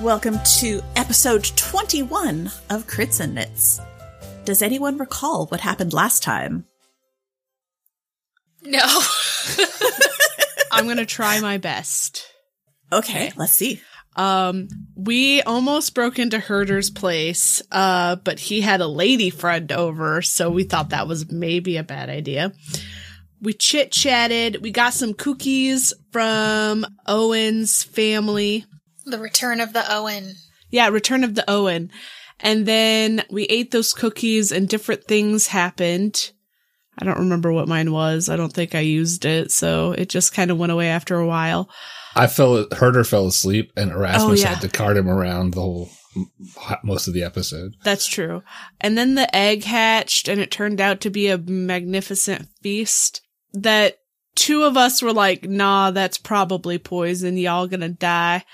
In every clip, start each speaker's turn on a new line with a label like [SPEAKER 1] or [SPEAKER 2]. [SPEAKER 1] welcome to episode 21 of Crits and Knits. Does anyone recall what happened last time?
[SPEAKER 2] No.
[SPEAKER 3] I'm going to try my best.
[SPEAKER 1] Okay, let's see.
[SPEAKER 3] Um, we almost broke into Herder's place, uh, but he had a lady friend over, so we thought that was maybe a bad idea. We chit chatted. We got some cookies from Owen's family.
[SPEAKER 2] the return of the Owen.
[SPEAKER 3] Yeah, Return of the Owen. And then we ate those cookies and different things happened. I don't remember what mine was. I don't think I used it, so it just kind of went away after a while.
[SPEAKER 4] I fell. Herder fell asleep, and Erasmus
[SPEAKER 3] Oh, yeah.
[SPEAKER 4] had to cart him around the whole most of the episode.
[SPEAKER 3] That's true. And then the egg hatched and it turned out to be a magnificent feast that two of us were like, nah, that's probably poison. Y'all gonna die.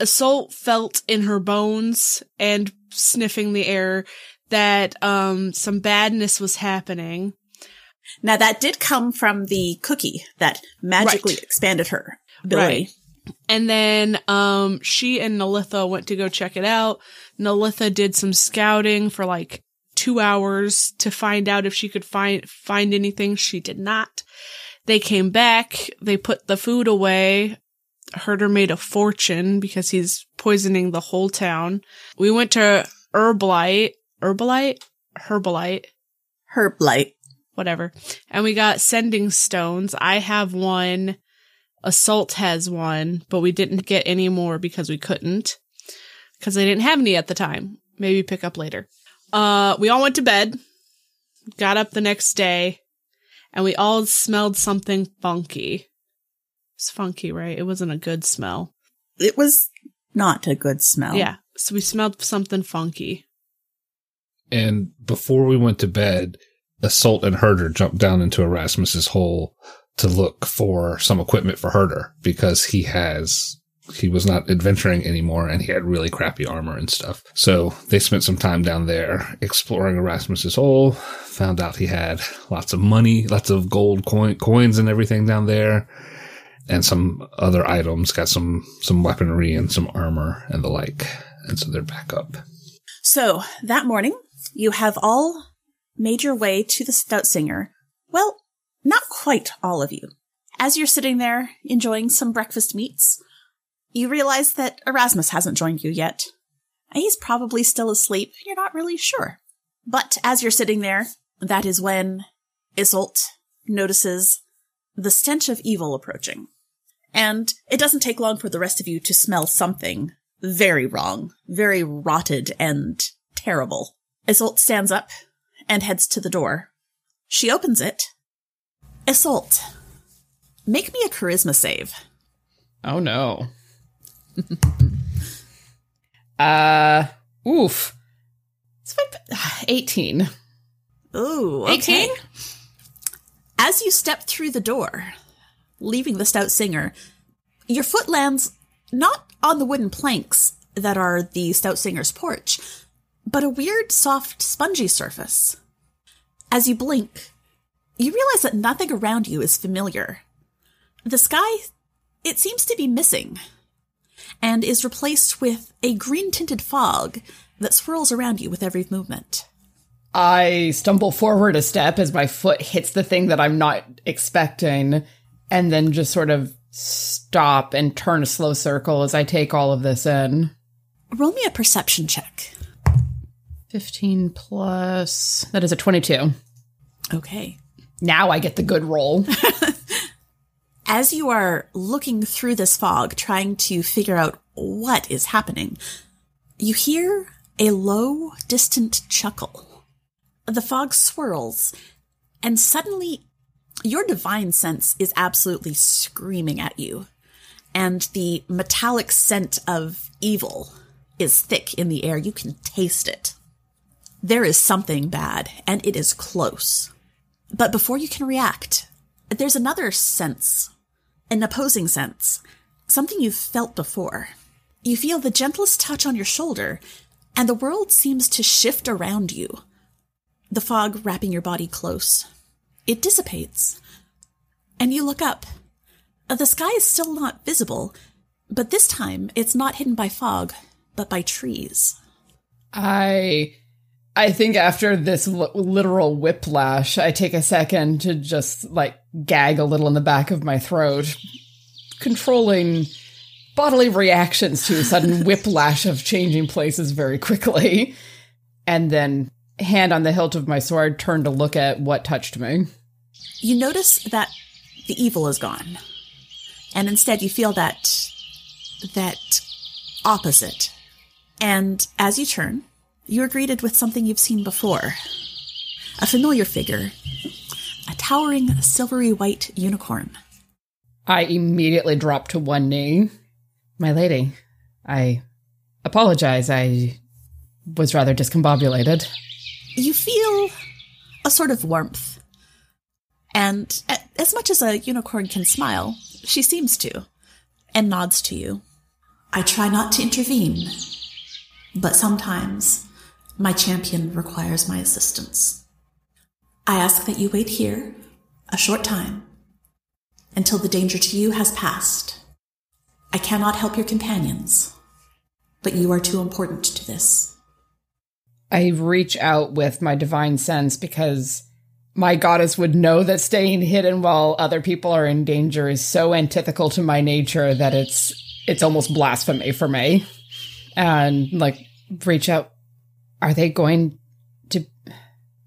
[SPEAKER 3] Assault felt in her bones and sniffing the air that, um, some badness was happening.
[SPEAKER 1] Now, that did come from the cookie that magically
[SPEAKER 3] Right.
[SPEAKER 1] expanded her ability.
[SPEAKER 3] And then um she and Nalitha went to go check it out. Nalitha did some scouting for like 2 hours to find out if she could find find anything. She did not. They came back, they put the food away. Herder made a fortune because he's poisoning the whole town. We went to Herbalite, Herbalite, Herbalite
[SPEAKER 1] Her blight.
[SPEAKER 3] whatever. And we got sending stones. I have one. Assault has one, but we didn't get any more because we couldn't. Because they didn't have any at the time. Maybe pick up later. Uh, we all went to bed, got up the next day, and we all smelled something funky. It's funky, right? It wasn't a good smell.
[SPEAKER 1] It was not a good smell.
[SPEAKER 3] Yeah. So we smelled something funky.
[SPEAKER 4] And before we went to bed, Assault and Herder jumped down into Erasmus's hole to look for some equipment for Herder because he has he was not adventuring anymore and he had really crappy armor and stuff. So they spent some time down there exploring Erasmus's hole, found out he had lots of money, lots of gold coin, coins and everything down there and some other items, got some some weaponry and some armor and the like. And so they're back up.
[SPEAKER 1] So that morning, you have all made your way to the Stout Singer. Well, not quite all of you. As you're sitting there enjoying some breakfast meats, you realize that Erasmus hasn't joined you yet. He's probably still asleep. You're not really sure. But as you're sitting there, that is when Isolt notices the stench of evil approaching. And it doesn't take long for the rest of you to smell something very wrong, very rotted and terrible. Isolt stands up and heads to the door. She opens it. Isolt, make me a charisma save.
[SPEAKER 5] Oh no. uh oof. It's my- 18.
[SPEAKER 1] Ooh, okay. As you step through the door, leaving the stout singer, your foot lands not on the wooden planks that are the stout singer's porch, but a weird, soft, spongy surface. As you blink, you realize that nothing around you is familiar. The sky, it seems to be missing and is replaced with a green tinted fog that swirls around you with every movement.
[SPEAKER 5] I stumble forward a step as my foot hits the thing that I'm not expecting and then just sort of stop and turn a slow circle as I take all of this in.
[SPEAKER 1] Roll me a perception check.
[SPEAKER 5] 15 plus that is a 22.
[SPEAKER 1] Okay.
[SPEAKER 5] Now I get the good roll.
[SPEAKER 1] As you are looking through this fog, trying to figure out what is happening, you hear a low, distant chuckle. The fog swirls, and suddenly your divine sense is absolutely screaming at you, and the metallic scent of evil is thick in the air. You can taste it. There is something bad, and it is close. But before you can react, there's another sense an opposing sense, something you've felt before. You feel the gentlest touch on your shoulder, and the world seems to shift around you, the fog wrapping your body close. It dissipates, and you look up. Uh, The sky is still not visible, but this time it's not hidden by fog, but by trees.
[SPEAKER 5] I I think after this li- literal whiplash, I take a second to just like gag a little in the back of my throat, controlling bodily reactions to a sudden whiplash of changing places very quickly, and then hand on the hilt of my sword turn to look at what touched me.
[SPEAKER 1] You notice that the evil is gone, and instead you feel that that opposite. And as you turn, you are greeted with something you've seen before a familiar figure, a towering silvery white unicorn.
[SPEAKER 5] I immediately drop to one knee. My lady, I apologize. I was rather discombobulated.
[SPEAKER 1] You feel a sort of warmth. And a- as much as a unicorn can smile, she seems to and nods to you. I try not to intervene, but sometimes my champion requires my assistance. I ask that you wait here a short time until the danger to you has passed. I cannot help your companions, but you are too important to this.
[SPEAKER 5] I reach out with my divine sense because my goddess would know that staying hidden while other people are in danger is so antithetical to my nature that it's it's almost blasphemy for me. And like reach out are they going to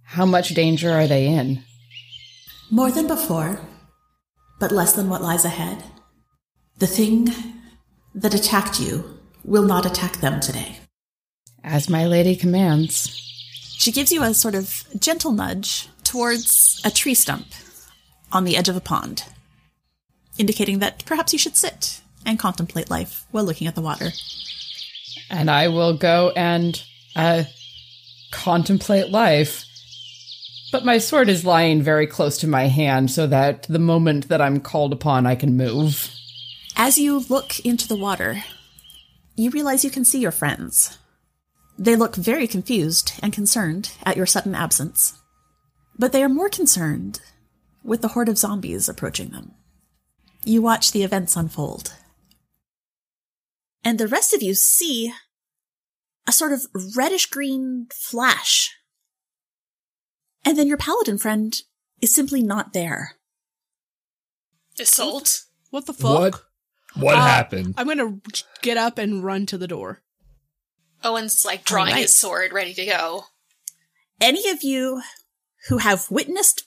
[SPEAKER 5] how much danger are they in?
[SPEAKER 1] More than before, but less than what lies ahead. The thing that attacked you will not attack them today.
[SPEAKER 5] As my lady commands.
[SPEAKER 1] She gives you a sort of gentle nudge towards a tree stump on the edge of a pond, indicating that perhaps you should sit and contemplate life while looking at the water.
[SPEAKER 5] And I will go and uh contemplate life. But my sword is lying very close to my hand so that the moment that I'm called upon I can move.
[SPEAKER 1] As you look into the water, you realize you can see your friends. They look very confused and concerned at your sudden absence, but they are more concerned with the horde of zombies approaching them. You watch the events unfold. And the rest of you see a sort of reddish green flash. And then your paladin friend is simply not there.
[SPEAKER 2] Assault?
[SPEAKER 3] What the fuck?
[SPEAKER 4] What? What
[SPEAKER 3] Uh,
[SPEAKER 4] happened?
[SPEAKER 3] I'm gonna get up and run to the door.
[SPEAKER 2] Owen's like drawing
[SPEAKER 1] Alright.
[SPEAKER 2] his sword, ready to go.
[SPEAKER 1] any of you who have witnessed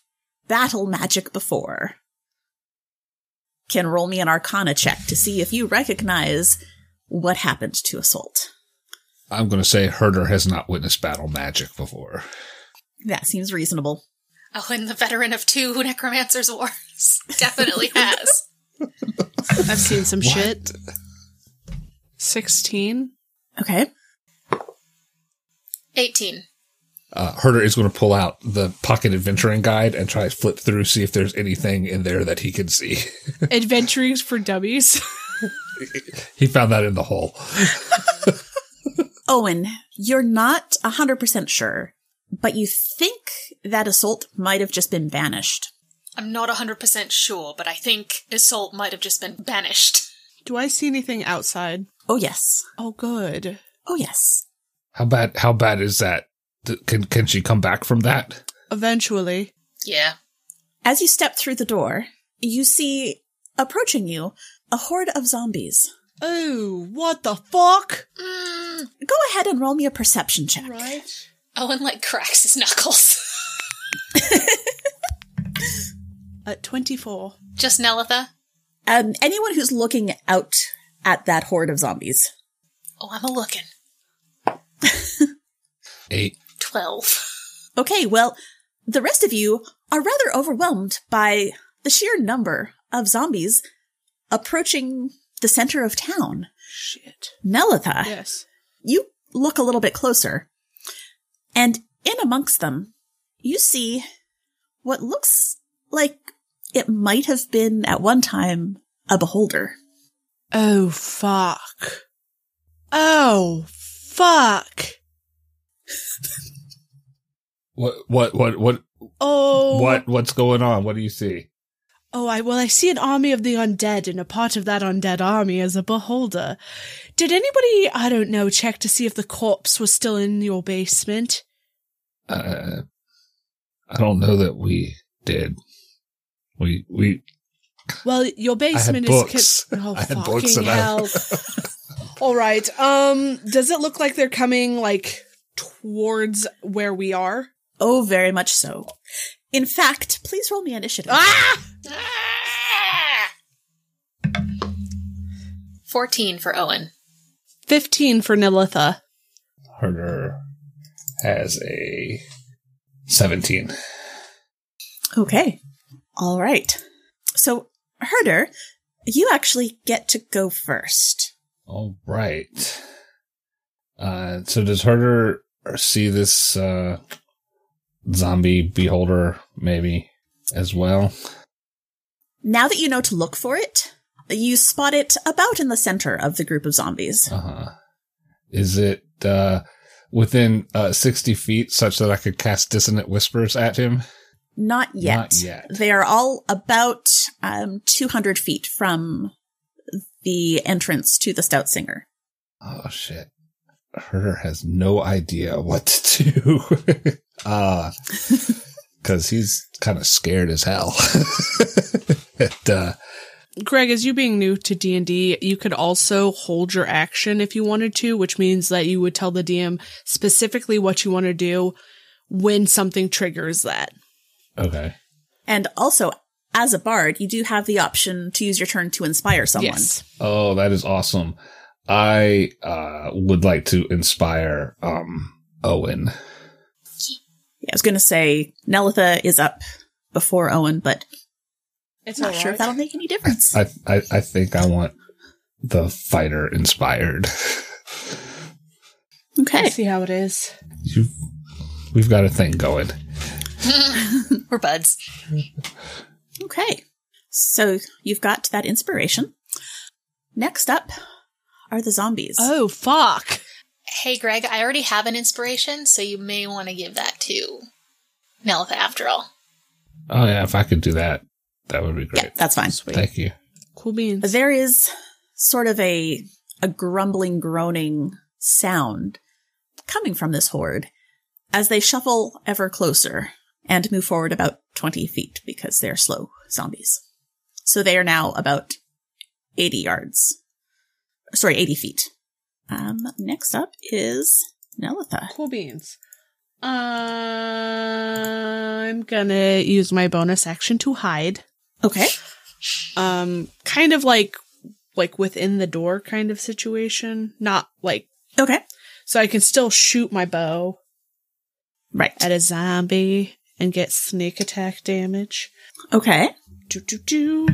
[SPEAKER 1] battle magic before can roll me an arcana check to see if you recognize what happened to Assault.
[SPEAKER 4] I'm going to say Herder has not witnessed battle magic before.
[SPEAKER 1] That seems reasonable.
[SPEAKER 2] Owen, the veteran of two Necromancer's Wars, definitely has.
[SPEAKER 3] I've seen some shit. 16.
[SPEAKER 1] Okay.
[SPEAKER 2] 18.
[SPEAKER 4] Uh, Herder is going to pull out the pocket adventuring guide and try to flip through, see if there's anything in there that he can see.
[SPEAKER 3] Adventurings for Dummies.
[SPEAKER 4] he found that in the hole.
[SPEAKER 1] Owen, you're not 100% sure, but you think that Assault might have just been banished.
[SPEAKER 2] I'm not 100% sure, but I think Assault might have just been banished.
[SPEAKER 3] Do I see anything outside?
[SPEAKER 1] Oh, yes.
[SPEAKER 3] Oh, good.
[SPEAKER 1] Oh, yes.
[SPEAKER 4] How bad? How bad is that? Th- Can can she come back from that?
[SPEAKER 3] Eventually.
[SPEAKER 2] Yeah.
[SPEAKER 1] As you step through the door, you see approaching you a horde of zombies.
[SPEAKER 3] Oh, what the fuck?
[SPEAKER 1] Go ahead and roll me a perception check.
[SPEAKER 3] Right?
[SPEAKER 2] Owen, like, cracks his knuckles.
[SPEAKER 3] At 24.
[SPEAKER 2] just Nelitha?
[SPEAKER 1] Um, anyone who's looking out at that horde of zombies.
[SPEAKER 2] Oh, I'm a looking.
[SPEAKER 4] Eight.
[SPEAKER 2] 12.
[SPEAKER 1] Okay, well, the rest of you are rather overwhelmed by the sheer number of zombies approaching the center of town.
[SPEAKER 3] Shit.
[SPEAKER 1] Nelitha,
[SPEAKER 3] Yes.
[SPEAKER 1] you look a little bit closer, and in amongst them, you see what looks like it might have been at one time a beholder.
[SPEAKER 3] Oh, fuck. Oh, fuck.
[SPEAKER 4] What what what what
[SPEAKER 3] Oh.
[SPEAKER 4] what what's going on? What do you see?
[SPEAKER 3] Oh, I well, I see an army of the undead, and a part of that undead army is a beholder. Did anybody, I don't know, check to see if the corpse was still in your basement?
[SPEAKER 4] Uh, I don't know that we did. We we
[SPEAKER 3] Well, your basement
[SPEAKER 4] books.
[SPEAKER 3] is. Con- oh,
[SPEAKER 4] I had
[SPEAKER 3] fucking
[SPEAKER 4] books and I-
[SPEAKER 3] hell! All right. Um, does it look like they're coming like towards where we are?
[SPEAKER 1] Oh, very much so. In fact, please roll me initiative.
[SPEAKER 3] Ah!
[SPEAKER 2] Ah! 14 for Owen.
[SPEAKER 3] Fifteen for Nilitha.
[SPEAKER 4] Herder has a seventeen.
[SPEAKER 1] Okay. All right. So, Herder, you actually get to go first.
[SPEAKER 4] All right. Uh, so does Herder see this uh, zombie beholder maybe as well?
[SPEAKER 1] Now that you know to look for it, you spot it about in the center of the group of zombies.
[SPEAKER 4] Uh huh. Is it uh, within uh, sixty feet such that I could cast dissonant whispers at him?
[SPEAKER 1] Not yet.
[SPEAKER 4] Not yet.
[SPEAKER 1] They are all about um, 200 feet from the entrance to the Stout Singer.
[SPEAKER 4] Oh shit. Herder has no idea what to do. uh cuz he's kind of scared as hell. and, uh
[SPEAKER 3] Greg, as you being new to D and D, you could also hold your action if you wanted to, which means that you would tell the DM specifically what you want to do when something triggers that.
[SPEAKER 4] okay.
[SPEAKER 1] And also, as a bard, you do have the option to use your turn to inspire someone.
[SPEAKER 3] Yes.
[SPEAKER 4] Oh, that is awesome. I uh would like to inspire um Owen.
[SPEAKER 1] Yeah, I was going to say Nelitha is up before Owen, but
[SPEAKER 3] It's
[SPEAKER 1] not sure if that'll make any difference.
[SPEAKER 4] I I I think I want the fighter inspired.
[SPEAKER 1] okay.
[SPEAKER 3] see how it is.
[SPEAKER 4] you we've got a thing going.
[SPEAKER 2] We're buds.
[SPEAKER 1] Okay. So you've got that inspiration. Next up are the zombies.
[SPEAKER 3] Oh fuck!
[SPEAKER 2] Hey, Greg, I already have an inspiration, so you may want to give that to Nelitha after all.
[SPEAKER 4] Oh yeah, if I could do that, that would be great.
[SPEAKER 1] That's fine.
[SPEAKER 4] Thank you.
[SPEAKER 3] Cool beans.
[SPEAKER 1] There is sort of a a grumbling, groaning sound coming from this horde as they shuffle ever closer and move forward about 20 feet because they're slow zombies. So they are now about 80 yards. Sorry, 80 feet. Um, next up is Nelitha.
[SPEAKER 3] Cool beans. I'm gonna use my bonus action to hide.
[SPEAKER 1] Okay.
[SPEAKER 3] Um, kind of like like within the door kind of situation. Not like
[SPEAKER 1] Okay.
[SPEAKER 3] so I can still shoot my bow
[SPEAKER 1] Right.
[SPEAKER 3] at a zombie and get sneak attack damage.
[SPEAKER 1] Okay.
[SPEAKER 3] Do do do.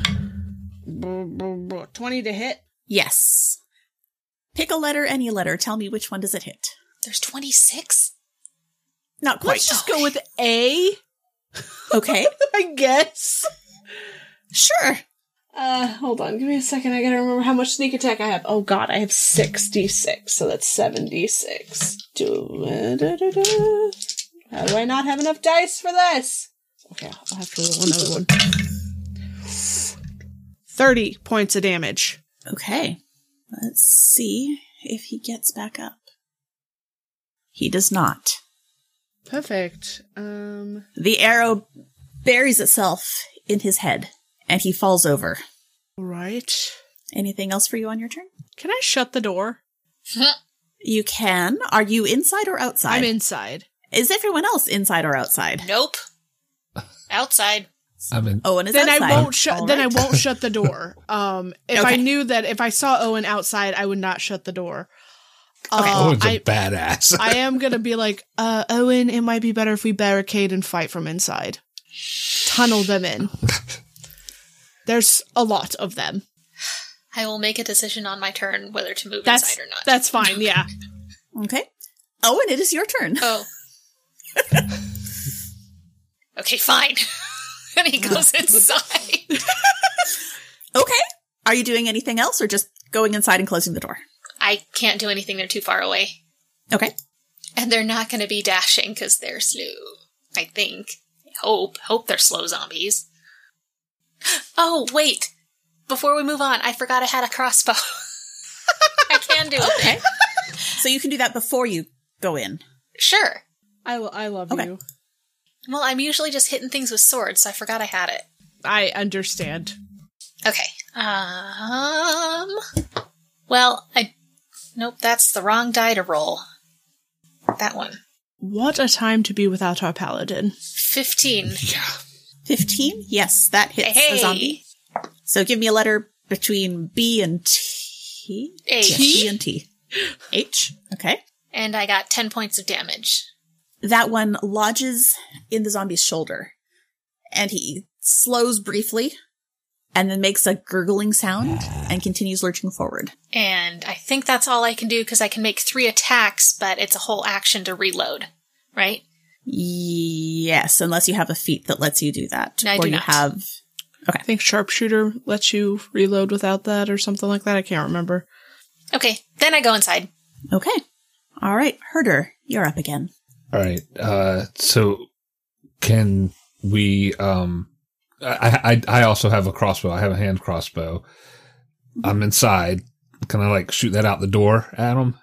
[SPEAKER 3] Brr, brr, brr. Twenty to hit.
[SPEAKER 1] Yes. Pick a letter, any letter. Tell me which one does it hit.
[SPEAKER 2] There's 26?
[SPEAKER 1] Not quite.
[SPEAKER 3] Let's just go with A,
[SPEAKER 1] okay.
[SPEAKER 3] I guess.
[SPEAKER 1] Sure.
[SPEAKER 3] Uh, hold on, give me a second. I gotta remember how much sneak attack I have. Oh god, I have 66, so that's 76. Do, da, da, da. How do I not have enough dice for this? Okay, I'll have to roll another one. 30 points of damage.
[SPEAKER 1] Okay. Let's see if he gets back up. He does not.
[SPEAKER 3] Perfect. Um,
[SPEAKER 1] The arrow buries itself in his head and he falls over.
[SPEAKER 3] alright.
[SPEAKER 1] Anything else for you on your turn?
[SPEAKER 3] Can I shut the door?
[SPEAKER 1] You can. Are you inside or outside?
[SPEAKER 3] I'm inside.
[SPEAKER 1] Is everyone else inside or outside?
[SPEAKER 2] Nope. Outside.
[SPEAKER 4] I'm in
[SPEAKER 1] Owen is
[SPEAKER 3] then
[SPEAKER 1] outside.
[SPEAKER 3] I won't shut.
[SPEAKER 1] All
[SPEAKER 3] Then I
[SPEAKER 1] right.
[SPEAKER 3] won't shut the door. Um, if I
[SPEAKER 1] Okay.
[SPEAKER 3] knew that if I saw Owen outside, I would not shut the door.
[SPEAKER 1] Okay.
[SPEAKER 3] Uh,
[SPEAKER 4] Owen's a
[SPEAKER 3] I-
[SPEAKER 4] badass.
[SPEAKER 3] I am gonna be like, uh, Owen, it might be better if we barricade and fight from inside. Tunnel them in. There's a lot of them.
[SPEAKER 2] I will make a decision on my turn whether to move
[SPEAKER 3] That's
[SPEAKER 2] inside or not.
[SPEAKER 3] that's fine. Yeah.
[SPEAKER 1] Okay. Owen, it is your turn.
[SPEAKER 2] Oh. okay, fine. and he goes inside.
[SPEAKER 1] Okay. Are you doing anything else or just going inside and closing the door?
[SPEAKER 2] I can't do anything, they're too far away.
[SPEAKER 1] Okay.
[SPEAKER 2] And they're not going to be dashing because they're slow. I think. I hope. Hope they're slow zombies. Oh, wait. Before we move on, I forgot I had a crossbow. I can do it.
[SPEAKER 1] Okay. so you can do that before you go in.
[SPEAKER 2] Sure.
[SPEAKER 3] I, lo- I love
[SPEAKER 1] Okay.
[SPEAKER 3] you.
[SPEAKER 2] Well, I'm usually just hitting things with swords, so I forgot I had it.
[SPEAKER 3] I understand.
[SPEAKER 2] Okay. Um. Well, I. Nope, that's the wrong die to roll. That one.
[SPEAKER 3] What a time to be without our paladin.
[SPEAKER 2] 15.
[SPEAKER 1] 15? Yes, that hits
[SPEAKER 2] Hey!
[SPEAKER 1] a zombie. So give me a letter between B and T.
[SPEAKER 2] H.
[SPEAKER 1] T and T. H. Okay.
[SPEAKER 2] And I got 10 points of damage.
[SPEAKER 1] That one lodges in the zombie's shoulder and he slows briefly and then makes a gurgling sound and continues lurching forward.
[SPEAKER 2] And I think that's all I can do because I can make three attacks, but it's a whole action to reload, right?
[SPEAKER 1] Yes, unless you have a feat that lets you do that.
[SPEAKER 2] No, I
[SPEAKER 1] or
[SPEAKER 2] do
[SPEAKER 1] you
[SPEAKER 2] not.
[SPEAKER 1] have
[SPEAKER 3] I think sharpshooter lets you reload without that or something like that. I can't remember.
[SPEAKER 2] Okay, then I go inside.
[SPEAKER 1] Okay. All right, Herder, you're up again.
[SPEAKER 4] All right. Uh, so can we? Um, I, I I also have a crossbow. I have a hand crossbow. I'm inside. Can I like shoot that out the door, Adam?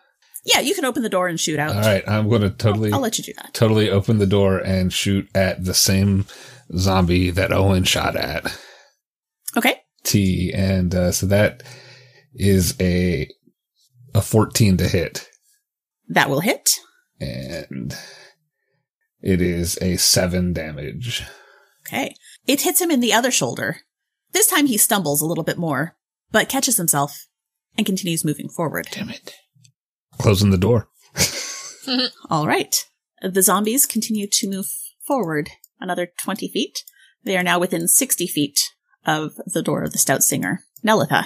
[SPEAKER 1] Yeah, you can open the door and shoot out.
[SPEAKER 4] All right. I'm going to totally
[SPEAKER 1] I'll let you do that.
[SPEAKER 4] totally open the door and shoot at the same zombie that Owen shot at.
[SPEAKER 1] Okay.
[SPEAKER 4] T and uh, so that is a a 14 to hit
[SPEAKER 1] That will hit.
[SPEAKER 4] and it is a 7 damage.
[SPEAKER 1] Okay. It hits him in the other shoulder. This time he stumbles a little bit more, but catches himself and continues moving forward.
[SPEAKER 4] Damn it. Closing the door.
[SPEAKER 1] All right. The zombies continue to move forward another 20 feet. They are now within 60 feet of the door of the Stout Singer. Nelitha,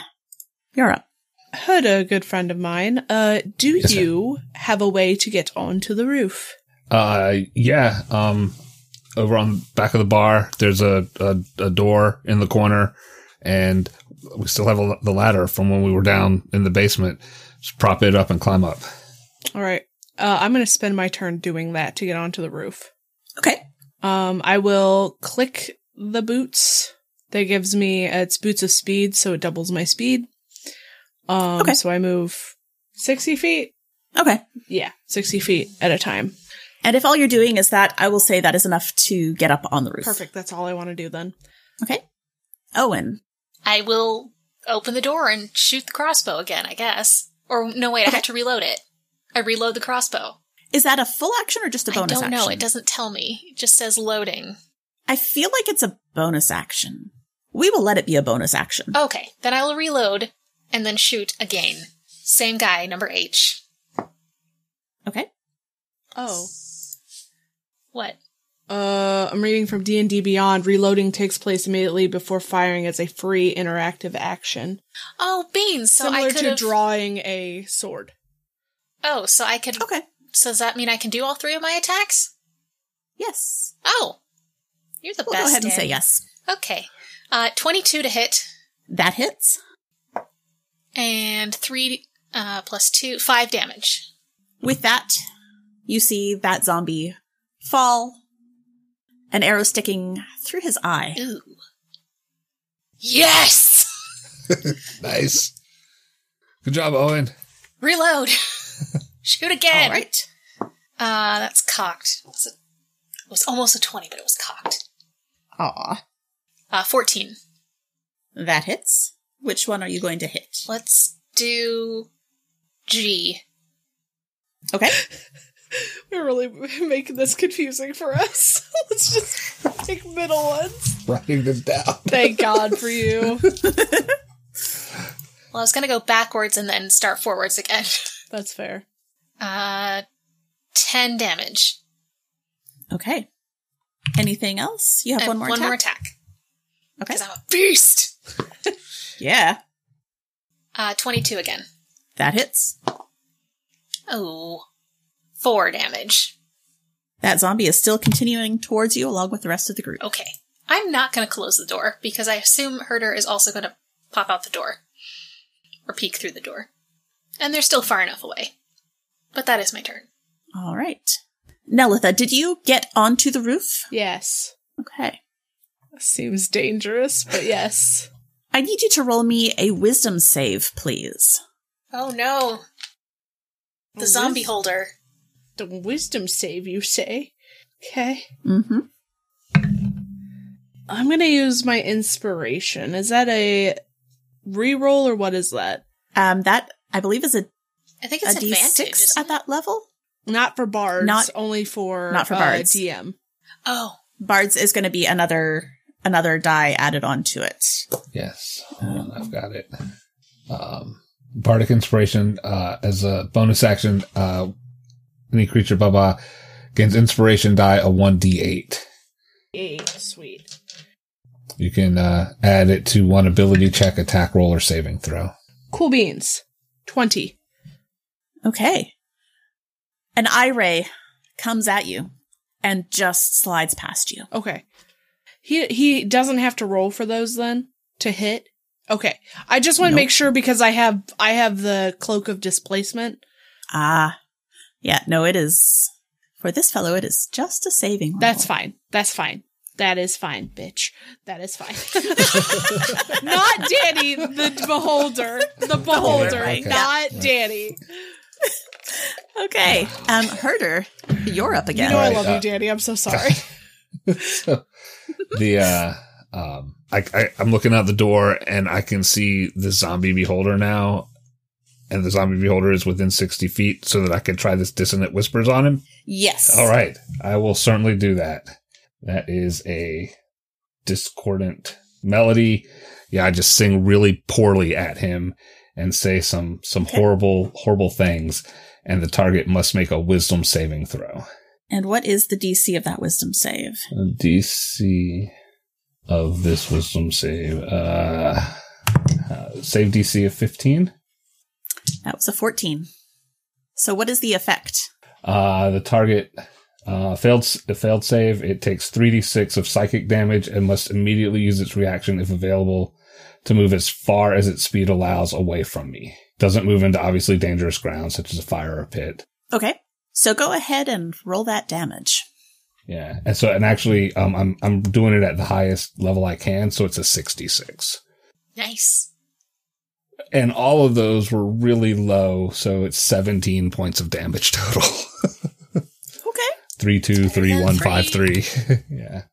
[SPEAKER 1] you're up.
[SPEAKER 3] Huda, good friend of mine, uh, do
[SPEAKER 4] Yes, sir.
[SPEAKER 3] you have a way to get onto the roof?
[SPEAKER 4] Uh yeah, um over on the back of the bar there's a a, a door in the corner and we still have a, the ladder from when we were down in the basement. Just prop it up and climb up.
[SPEAKER 3] All right. Uh, I'm going to spend my turn doing that to get onto the roof.
[SPEAKER 1] Okay.
[SPEAKER 3] Um, I will click the boots. That gives me uh, it's boots of speed, so it doubles my speed. Um,
[SPEAKER 1] Okay.
[SPEAKER 3] so I move sixty feet.
[SPEAKER 1] Okay.
[SPEAKER 3] Yeah, sixty feet at a time.
[SPEAKER 1] And if all you're doing is that, I will say that is enough to get up on the roof.
[SPEAKER 3] Perfect. That's all I want to do then.
[SPEAKER 1] Okay. Owen.
[SPEAKER 2] I will open the door and shoot the crossbow again, I guess. Or no, wait, I have to reload it. I reload the crossbow.
[SPEAKER 1] Is that a full action or just a
[SPEAKER 2] I don't
[SPEAKER 1] bonus action?
[SPEAKER 2] know. It doesn't tell me. It just says loading.
[SPEAKER 1] I feel like it's a bonus action. We will let it be a bonus action.
[SPEAKER 2] Okay, then I will reload and then shoot again. Same guy, number H.
[SPEAKER 1] Okay.
[SPEAKER 3] Oh.
[SPEAKER 2] What?
[SPEAKER 3] Uh, I'm reading from D&D Beyond. Reloading takes place immediately before firing as a free interactive action,
[SPEAKER 2] Oh, beans. So
[SPEAKER 3] similar
[SPEAKER 2] I could
[SPEAKER 3] to
[SPEAKER 2] have.
[SPEAKER 3] drawing a sword.
[SPEAKER 2] oh, so I could.
[SPEAKER 1] Okay.
[SPEAKER 2] So does that mean I can do all three of my attacks?
[SPEAKER 1] Yes.
[SPEAKER 2] Oh, you're the
[SPEAKER 1] We'll
[SPEAKER 2] best.
[SPEAKER 1] go ahead and
[SPEAKER 2] Dan.
[SPEAKER 1] say yes.
[SPEAKER 2] Okay, uh, twenty-two to hit
[SPEAKER 1] That hits.
[SPEAKER 2] and three uh, plus two, five damage.
[SPEAKER 1] With that, you see that zombie fall, an arrow sticking through his eye.
[SPEAKER 2] Ooh. Yes.
[SPEAKER 4] Nice. Good job, Owen.
[SPEAKER 2] Reload. Shoot again.
[SPEAKER 1] All right.
[SPEAKER 2] Uh, that's cocked. It's a- It was almost a twenty, but it was cocked.
[SPEAKER 1] Aw.
[SPEAKER 2] Uh, fourteen.
[SPEAKER 1] That hits. Which one are you going to hit?
[SPEAKER 2] Let's do G.
[SPEAKER 1] Okay.
[SPEAKER 3] We're really making this confusing for us. Let's just pick middle ones.
[SPEAKER 4] Writing this down.
[SPEAKER 3] Thank God for you.
[SPEAKER 2] Well, I was gonna go backwards and then start forwards again.
[SPEAKER 3] That's fair.
[SPEAKER 2] Uh, ten damage.
[SPEAKER 1] Okay. Anything else? You have
[SPEAKER 2] And
[SPEAKER 1] one more
[SPEAKER 2] Uh, one
[SPEAKER 1] attack.
[SPEAKER 2] more attack.
[SPEAKER 1] Okay.
[SPEAKER 2] Because I'm a beast.
[SPEAKER 1] Yeah.
[SPEAKER 2] Uh, 22 again.
[SPEAKER 1] That hits.
[SPEAKER 2] Oh, four damage.
[SPEAKER 1] That zombie is still continuing towards you along with the rest of the group.
[SPEAKER 2] Okay. I'm not going to close the door because I assume Herder is also going to pop out the door or peek through the door. And they're still far enough away. But that is my turn.
[SPEAKER 1] All right. Nelitha, did you get onto the roof?
[SPEAKER 3] Yes.
[SPEAKER 1] Okay.
[SPEAKER 3] Seems dangerous, but yes.
[SPEAKER 1] I need you to roll me a wisdom save, please.
[SPEAKER 2] Oh no. The
[SPEAKER 3] Wisdom?
[SPEAKER 2] zombie holder.
[SPEAKER 3] the wisdom save, you say? Okay.
[SPEAKER 1] Mm-hmm.
[SPEAKER 3] I'm gonna use my inspiration. Is that a reroll or what is that?
[SPEAKER 1] Um, that I believe is a
[SPEAKER 2] I think
[SPEAKER 1] a
[SPEAKER 2] it's advantage.
[SPEAKER 1] d6
[SPEAKER 2] isn't
[SPEAKER 1] at
[SPEAKER 2] it?
[SPEAKER 1] that level.
[SPEAKER 3] Not for bards,
[SPEAKER 1] Not-
[SPEAKER 3] only for
[SPEAKER 1] not for
[SPEAKER 3] uh,
[SPEAKER 1] bards.
[SPEAKER 3] DM.
[SPEAKER 2] Oh,
[SPEAKER 1] Bards is going to be another another die added onto it.
[SPEAKER 4] Yes, and I've got it. Um, Bardic Inspiration uh, as a bonus action. Uh, any creature, blah blah, gains inspiration die a one d eight.
[SPEAKER 3] Eight, sweet.
[SPEAKER 4] You can uh, add it to one ability check, attack roll, or saving throw.
[SPEAKER 3] Cool beans. Twenty.
[SPEAKER 1] Okay. An eye ray comes at you and just slides past you.
[SPEAKER 3] Okay. He he doesn't have to roll for those then to hit. Okay. I just want to
[SPEAKER 1] Nope.
[SPEAKER 3] make sure because I have I have the cloak of displacement.
[SPEAKER 1] Ah, yeah. No, it is for this fellow. It is just a saving. roll.
[SPEAKER 3] That's fine. That's fine. That is fine, bitch. That is fine. not Danny, the beholder. The beholder.
[SPEAKER 1] right.
[SPEAKER 3] Not Danny.
[SPEAKER 1] Okay. Um, Herder, you're up again.
[SPEAKER 3] You know I
[SPEAKER 4] Right,
[SPEAKER 3] love
[SPEAKER 4] uh,
[SPEAKER 3] you, Danny. I'm so sorry.
[SPEAKER 4] the uh um I, I i'm looking out the door and i can see the zombie beholder now and the zombie beholder is within 60 feet so that i can try this dissonant whispers on him
[SPEAKER 1] yes.
[SPEAKER 4] all right i will certainly do that that is a discordant melody yeah i just sing really poorly at him and say some some
[SPEAKER 1] Okay.
[SPEAKER 4] horrible horrible things and the target must make a wisdom saving throw
[SPEAKER 1] And what is the DC of that wisdom save?
[SPEAKER 4] a DC of this wisdom save. Uh, uh, save DC of 15.
[SPEAKER 1] That was a 14. So what is the effect?
[SPEAKER 4] Uh, the target uh, failed s- a failed save. It takes 3d6 of psychic damage and must immediately use its reaction if available to move as far as its speed allows away from me. Doesn't move into obviously dangerous ground such as a fire or a pit.
[SPEAKER 1] Okay. So go ahead and roll that damage.
[SPEAKER 4] Yeah, and so and actually, um, I'm I'm doing it at the highest level I can, so it's a 66.
[SPEAKER 2] nice.
[SPEAKER 4] and all of those were really low, so it's 17 points of damage total.
[SPEAKER 1] Okay.
[SPEAKER 4] Three, two, three,
[SPEAKER 2] Three,
[SPEAKER 4] one,
[SPEAKER 2] three.
[SPEAKER 4] five, three. yeah.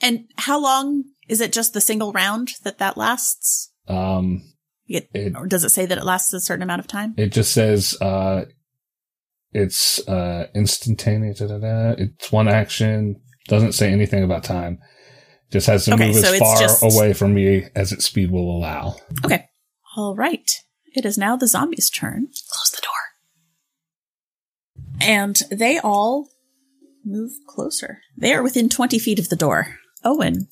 [SPEAKER 1] And how long is it just the single round that that lasts?
[SPEAKER 4] Um,
[SPEAKER 1] You get-
[SPEAKER 4] it,
[SPEAKER 1] or does it say that it lasts a certain amount of time?
[SPEAKER 4] it just says, uh, it's, uh, instantaneous. Da, da, da. It's one action. Doesn't say anything about time. Just has to
[SPEAKER 1] Okay,
[SPEAKER 4] move
[SPEAKER 1] so
[SPEAKER 4] as
[SPEAKER 1] it's
[SPEAKER 4] far
[SPEAKER 1] just-
[SPEAKER 4] away from me as its speed will allow.
[SPEAKER 1] Okay. All right. It is now the zombies' turn.
[SPEAKER 2] Close the door.
[SPEAKER 1] And they all move closer. They are within 20 feet of the door. Owen,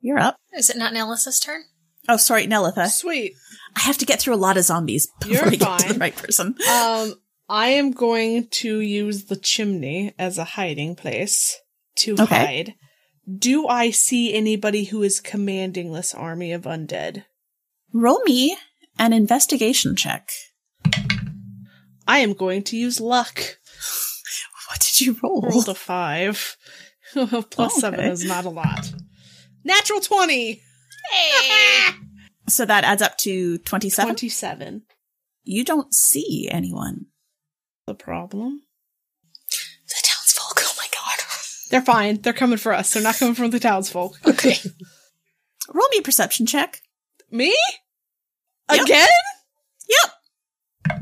[SPEAKER 1] you're up.
[SPEAKER 2] Is it not Nellis's turn?
[SPEAKER 1] Oh, sorry, Nelitha.
[SPEAKER 3] Sweet.
[SPEAKER 1] I have to get through a lot of zombies before
[SPEAKER 3] You're
[SPEAKER 1] I get to
[SPEAKER 3] fine.
[SPEAKER 1] the right person.
[SPEAKER 3] Um, I am going to use the chimney as a hiding place to
[SPEAKER 1] Okay.
[SPEAKER 3] hide. Do I see anybody who is commanding this army of undead?
[SPEAKER 1] Roll me an investigation check.
[SPEAKER 3] I am going to use luck.
[SPEAKER 1] What did you roll?
[SPEAKER 3] Rolled a five. Plus seven
[SPEAKER 1] Oh, Okay.
[SPEAKER 3] is not a lot. Natural 20!
[SPEAKER 2] Hey!
[SPEAKER 1] So that adds up to 27.
[SPEAKER 3] 27.
[SPEAKER 1] You don't see anyone.
[SPEAKER 3] The problem?
[SPEAKER 2] the townsfolk. Oh my god.
[SPEAKER 3] They're fine. They're coming for us. They're not coming from the townsfolk.
[SPEAKER 2] Okay.
[SPEAKER 1] Roll me a perception check.
[SPEAKER 3] Me?
[SPEAKER 1] Yep.
[SPEAKER 3] Again?
[SPEAKER 1] Yep.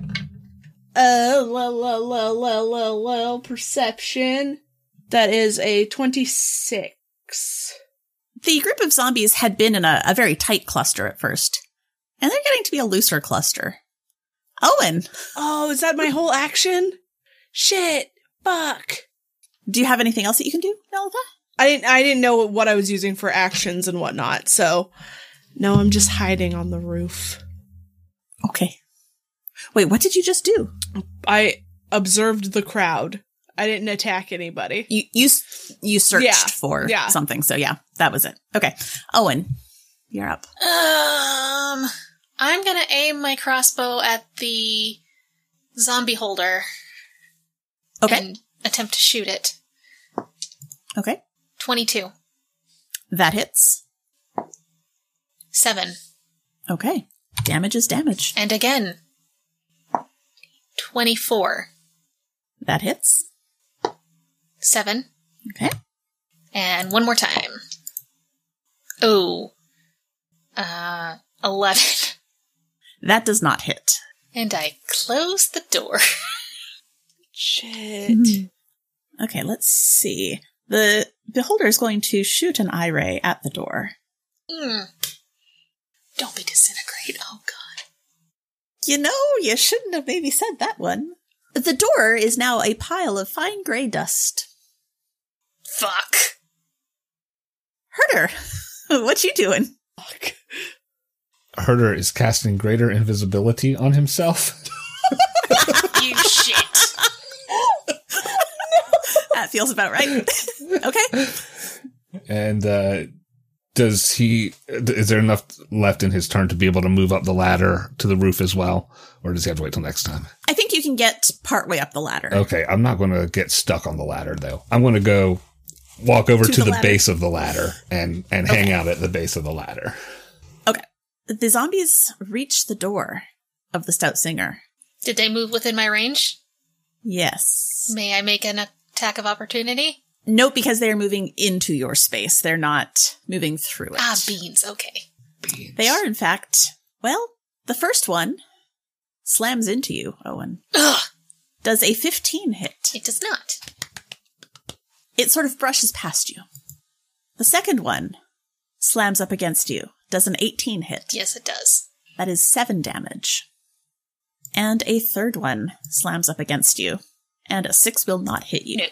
[SPEAKER 3] Uh, la la la la la la perception. That is a twenty-six.
[SPEAKER 1] The group of zombies had been in a, a very tight cluster at first, and they're getting to be a looser cluster. Owen,
[SPEAKER 3] Oh, is that my whole action? Shit! Fuck!
[SPEAKER 1] do you have anything else that you can do, Nelitha?
[SPEAKER 3] I didn't. I didn't know what I was using for actions and whatnot. So, no, I'm just hiding on the roof.
[SPEAKER 1] Okay. Wait, what did you just do?
[SPEAKER 3] I observed the crowd. I didn't attack anybody.
[SPEAKER 1] You you s- you searched
[SPEAKER 3] Yeah.
[SPEAKER 1] for
[SPEAKER 3] Yeah.
[SPEAKER 1] something, so yeah, that was it. Okay, Owen, you're up.
[SPEAKER 2] Um, I'm gonna aim my crossbow at the zombie holder
[SPEAKER 1] Okay,
[SPEAKER 2] and attempt to shoot it.
[SPEAKER 1] okay,
[SPEAKER 2] Twenty-two.
[SPEAKER 1] that hits.
[SPEAKER 2] Seven.
[SPEAKER 1] Okay. Damage is damage.
[SPEAKER 2] And again. 24.
[SPEAKER 1] That hits.
[SPEAKER 2] Seven.
[SPEAKER 1] Okay.
[SPEAKER 2] And one more time. Oh. Uh, 11.
[SPEAKER 1] That does not hit.
[SPEAKER 2] And I close the door.
[SPEAKER 3] Shit.
[SPEAKER 1] Mhm. Okay, let's see. The beholder is going to shoot an eye ray at the door.
[SPEAKER 2] Mm. Don't be disintegrate. Oh, God.
[SPEAKER 1] You know, you shouldn't have maybe said that one. The door is now a pile of fine gray dust.
[SPEAKER 2] Fuck.
[SPEAKER 1] Herder, what you doing?
[SPEAKER 4] Herder is casting greater invisibility on himself.
[SPEAKER 2] You shit.
[SPEAKER 1] That feels about right. okay.
[SPEAKER 4] and uh, does he? Is there enough left in his turn to be able to move up the ladder to the roof as well, or does he have to wait till next time?
[SPEAKER 1] I think you can get partway up the ladder.
[SPEAKER 4] Okay, I'm not going to get stuck on the ladder though. I'm going to go walk over
[SPEAKER 1] To
[SPEAKER 4] to,
[SPEAKER 1] the
[SPEAKER 4] the,
[SPEAKER 1] ladder.
[SPEAKER 4] base of the ladder and and hang out at the base of the ladder.
[SPEAKER 1] The zombies reach the door of the stout singer.
[SPEAKER 2] Did they move within my range?
[SPEAKER 1] Yes.
[SPEAKER 2] May I make an attack of opportunity?
[SPEAKER 1] Nope, because they are moving into your space. They're not moving through it.
[SPEAKER 2] Ah, beans. Okay.
[SPEAKER 1] They are, in fact, well, the first one slams into you, Owen.
[SPEAKER 2] Ugh.
[SPEAKER 1] Does a 15 hit?
[SPEAKER 2] It does not.
[SPEAKER 1] It sort of brushes past you. The second one slams up against you. Does an 18 hit?
[SPEAKER 2] Yes, it does.
[SPEAKER 1] That is 7 damage. And a third one slams up against you. And a 6 will not hit you.
[SPEAKER 2] No.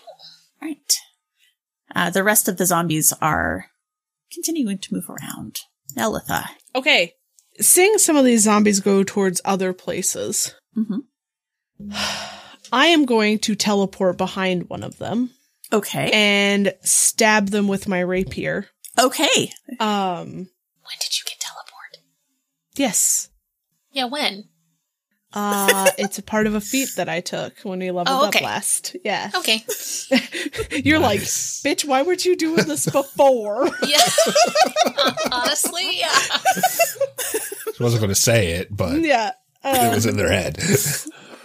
[SPEAKER 1] Right. Uh, the rest of the zombies are continuing to move around. Nelitha.
[SPEAKER 3] Okay. Seeing some of these zombies go towards other places,
[SPEAKER 1] Mhm.
[SPEAKER 3] I am going to teleport behind one of them
[SPEAKER 1] Okay.
[SPEAKER 3] and stab them with my rapier.
[SPEAKER 1] Okay.
[SPEAKER 3] Um,
[SPEAKER 2] When did you get teleport?
[SPEAKER 3] yes.
[SPEAKER 2] Yeah, when?
[SPEAKER 3] Uh, it's a part of a feat that I took when we leveled
[SPEAKER 2] Oh, okay.
[SPEAKER 3] up last. Yeah.
[SPEAKER 2] Okay.
[SPEAKER 3] You're
[SPEAKER 4] Nice.
[SPEAKER 3] like, bitch, why weren't you doing this before?
[SPEAKER 2] Yeah. Honestly, yeah.
[SPEAKER 4] I wasn't going to say it, but
[SPEAKER 3] yeah.
[SPEAKER 4] it
[SPEAKER 3] Uh,
[SPEAKER 4] was in their head.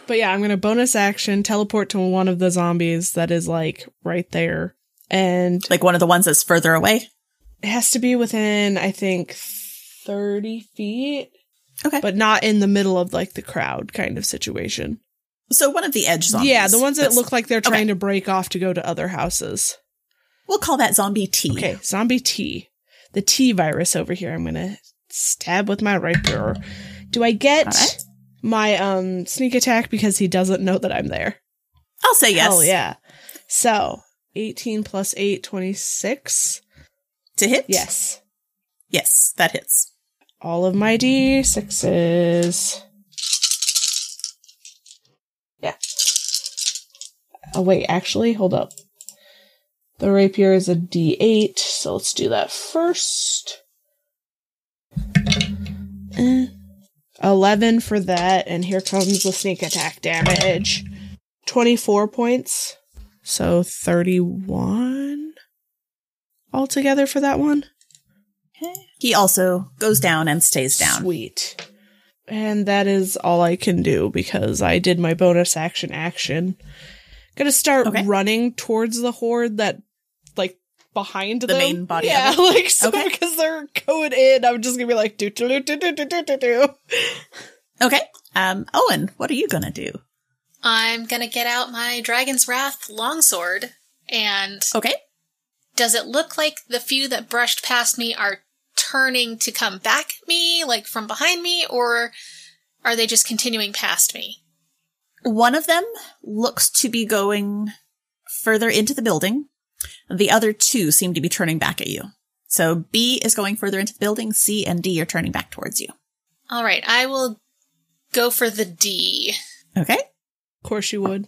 [SPEAKER 3] But yeah, I'm going to bonus action teleport to one of the zombies that is like right there. And
[SPEAKER 1] Like one of the ones that's further away.
[SPEAKER 3] it has to be within, I think, 30 feet,
[SPEAKER 1] Okay.
[SPEAKER 3] but not in the middle of like the crowd kind of situation.
[SPEAKER 1] so one of the edge zombies.
[SPEAKER 3] Yeah, the ones that
[SPEAKER 1] That's-
[SPEAKER 3] look like they're trying to break off to go to other houses.
[SPEAKER 1] We'll call that zombie T.
[SPEAKER 3] Okay, zombie T. The T virus over here. I'm going to stab with my rapier. Do I get
[SPEAKER 1] All right.
[SPEAKER 3] my um sneak attack because he doesn't know that I'm there?
[SPEAKER 1] I'll say yes.
[SPEAKER 3] Hell yeah. So 18 plus 8, 26.
[SPEAKER 1] To hit?
[SPEAKER 3] Yes.
[SPEAKER 1] Yes, that hits.
[SPEAKER 3] All of my D6s. Yeah. Oh, wait, actually, hold up. The rapier is a D8, so let's do that first. Eh. 11 for that, and here comes the sneak attack damage. 24 points, so 31 altogether for that one.
[SPEAKER 1] He also goes down and stays down.
[SPEAKER 3] Sweet. And that is all I can do because I did my bonus action action. Gonna start
[SPEAKER 1] Okay.
[SPEAKER 3] running towards the horde that, like, behind
[SPEAKER 1] The
[SPEAKER 3] them.
[SPEAKER 1] main body of
[SPEAKER 3] Yeah,
[SPEAKER 1] it.
[SPEAKER 3] like, so
[SPEAKER 1] Okay.
[SPEAKER 3] because they're going in, I'm just gonna be like, do do do do do do do do.
[SPEAKER 1] Okay. Um, Owen, what are you gonna do?
[SPEAKER 2] I'm gonna get out my Dragon's Wrath longsword, and
[SPEAKER 1] Okay.
[SPEAKER 2] does it look like the few that brushed past me are turning to come back at me, like from behind me, or are they just continuing past me?
[SPEAKER 1] One of them looks to be going further into the building. The other two seem to be turning back at you. So B is going further into the building. C and D are turning back towards you.
[SPEAKER 2] All right, I will go for the D.
[SPEAKER 1] Okay.
[SPEAKER 3] Of course you would.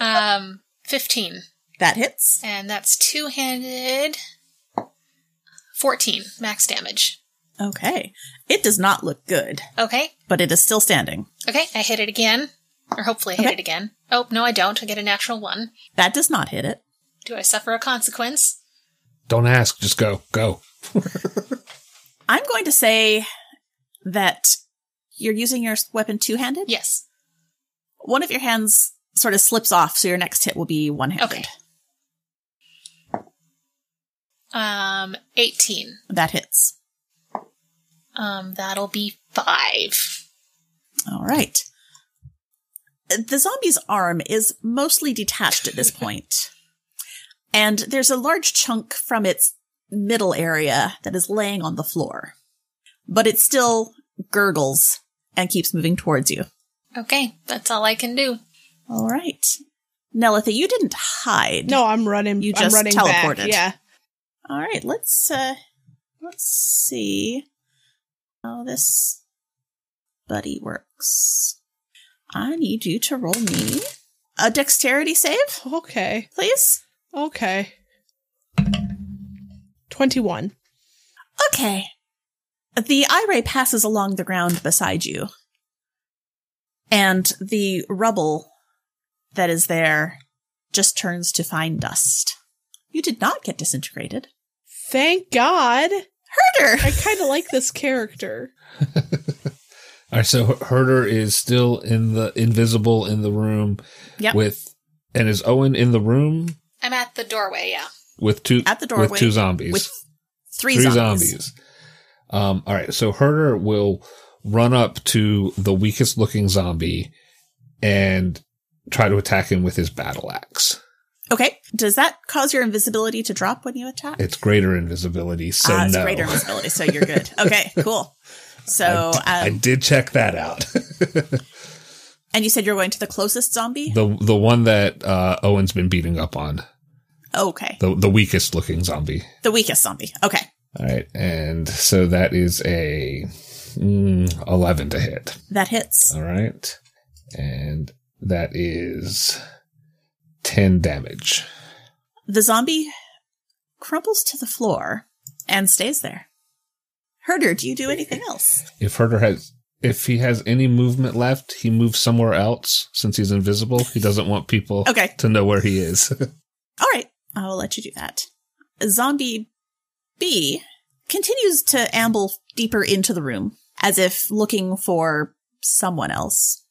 [SPEAKER 2] Um, 15.
[SPEAKER 1] That hits.
[SPEAKER 2] And that's two handed. 14 max damage.
[SPEAKER 1] Okay. It does not look good,
[SPEAKER 2] Okay.
[SPEAKER 1] but it is still standing.
[SPEAKER 2] Okay. I hit it again. Or hopefully I hit
[SPEAKER 1] Okay.
[SPEAKER 2] it again. Oh, no, I don't. I get a natural one.
[SPEAKER 1] That does not hit it.
[SPEAKER 2] Do I suffer a consequence?
[SPEAKER 4] Don't ask. Just go. Go.
[SPEAKER 1] I'm going to say that you're using your weapon two handed.
[SPEAKER 2] Yes.
[SPEAKER 1] One of your hands sort of slips off, so your next hit will be one handed.
[SPEAKER 2] Okay. Um, 18.
[SPEAKER 1] That hits.
[SPEAKER 2] Um, that'll be five.
[SPEAKER 1] All right. The zombie's arm is mostly detached at this point, and there's a large chunk from its middle area that is laying on the floor, but it still gurgles and keeps moving towards you.
[SPEAKER 2] Okay, that's all I can do.
[SPEAKER 1] All right. Nelitha, you didn't hide.
[SPEAKER 3] No, I'm running.
[SPEAKER 1] You
[SPEAKER 3] I'm
[SPEAKER 1] just
[SPEAKER 3] running back,
[SPEAKER 1] teleported.
[SPEAKER 3] Yeah.
[SPEAKER 1] All right, let's uh let's see how this buddy works. I need you to roll me a dexterity save,
[SPEAKER 3] Okay.
[SPEAKER 1] please.
[SPEAKER 3] Okay. 21.
[SPEAKER 1] Okay. The eye ray passes along the ground beside you. And the rubble that is there just turns to fine dust. You did not get disintegrated.
[SPEAKER 3] Thank God.
[SPEAKER 1] Herder!
[SPEAKER 3] I kind of like this character.
[SPEAKER 4] All right. So H- Herder is still in the invisible in the room
[SPEAKER 1] Yep.
[SPEAKER 4] with, and is Owen in the room
[SPEAKER 2] I'm at the doorway, yeah.
[SPEAKER 4] with two
[SPEAKER 1] At the
[SPEAKER 4] with
[SPEAKER 1] doorway
[SPEAKER 4] two zombies
[SPEAKER 1] with three, zombies.
[SPEAKER 4] Um, all right, so Herder will run up to the weakest looking zombie and try to attack him with his battle axe.
[SPEAKER 1] Okay. Does that cause your invisibility to drop when you attack?
[SPEAKER 4] It's greater invisibility, so
[SPEAKER 1] Ah, it's
[SPEAKER 4] no.
[SPEAKER 1] greater invisibility, so you're good. Okay, cool. So,
[SPEAKER 4] I
[SPEAKER 1] um,
[SPEAKER 4] did check that out.
[SPEAKER 1] and you said you're going to the closest zombie?
[SPEAKER 4] the the one that uh, Owen's been beating up on,
[SPEAKER 1] Okay.
[SPEAKER 4] the the weakest looking zombie.
[SPEAKER 1] The weakest zombie. Okay.
[SPEAKER 4] All right, and so that is a mm, eleven to hit.
[SPEAKER 1] That hits.
[SPEAKER 4] All right, and that is ten damage.
[SPEAKER 1] The zombie crumbles to the floor and stays there. Herder, do you do anything else?
[SPEAKER 4] If Herder has, if he has any movement left, he moves somewhere else since he's invisible. He doesn't want people
[SPEAKER 1] Okay.
[SPEAKER 4] to know where he is.
[SPEAKER 1] All right. I will let you do that. Zombie B continues to amble deeper into the room as if looking for someone else.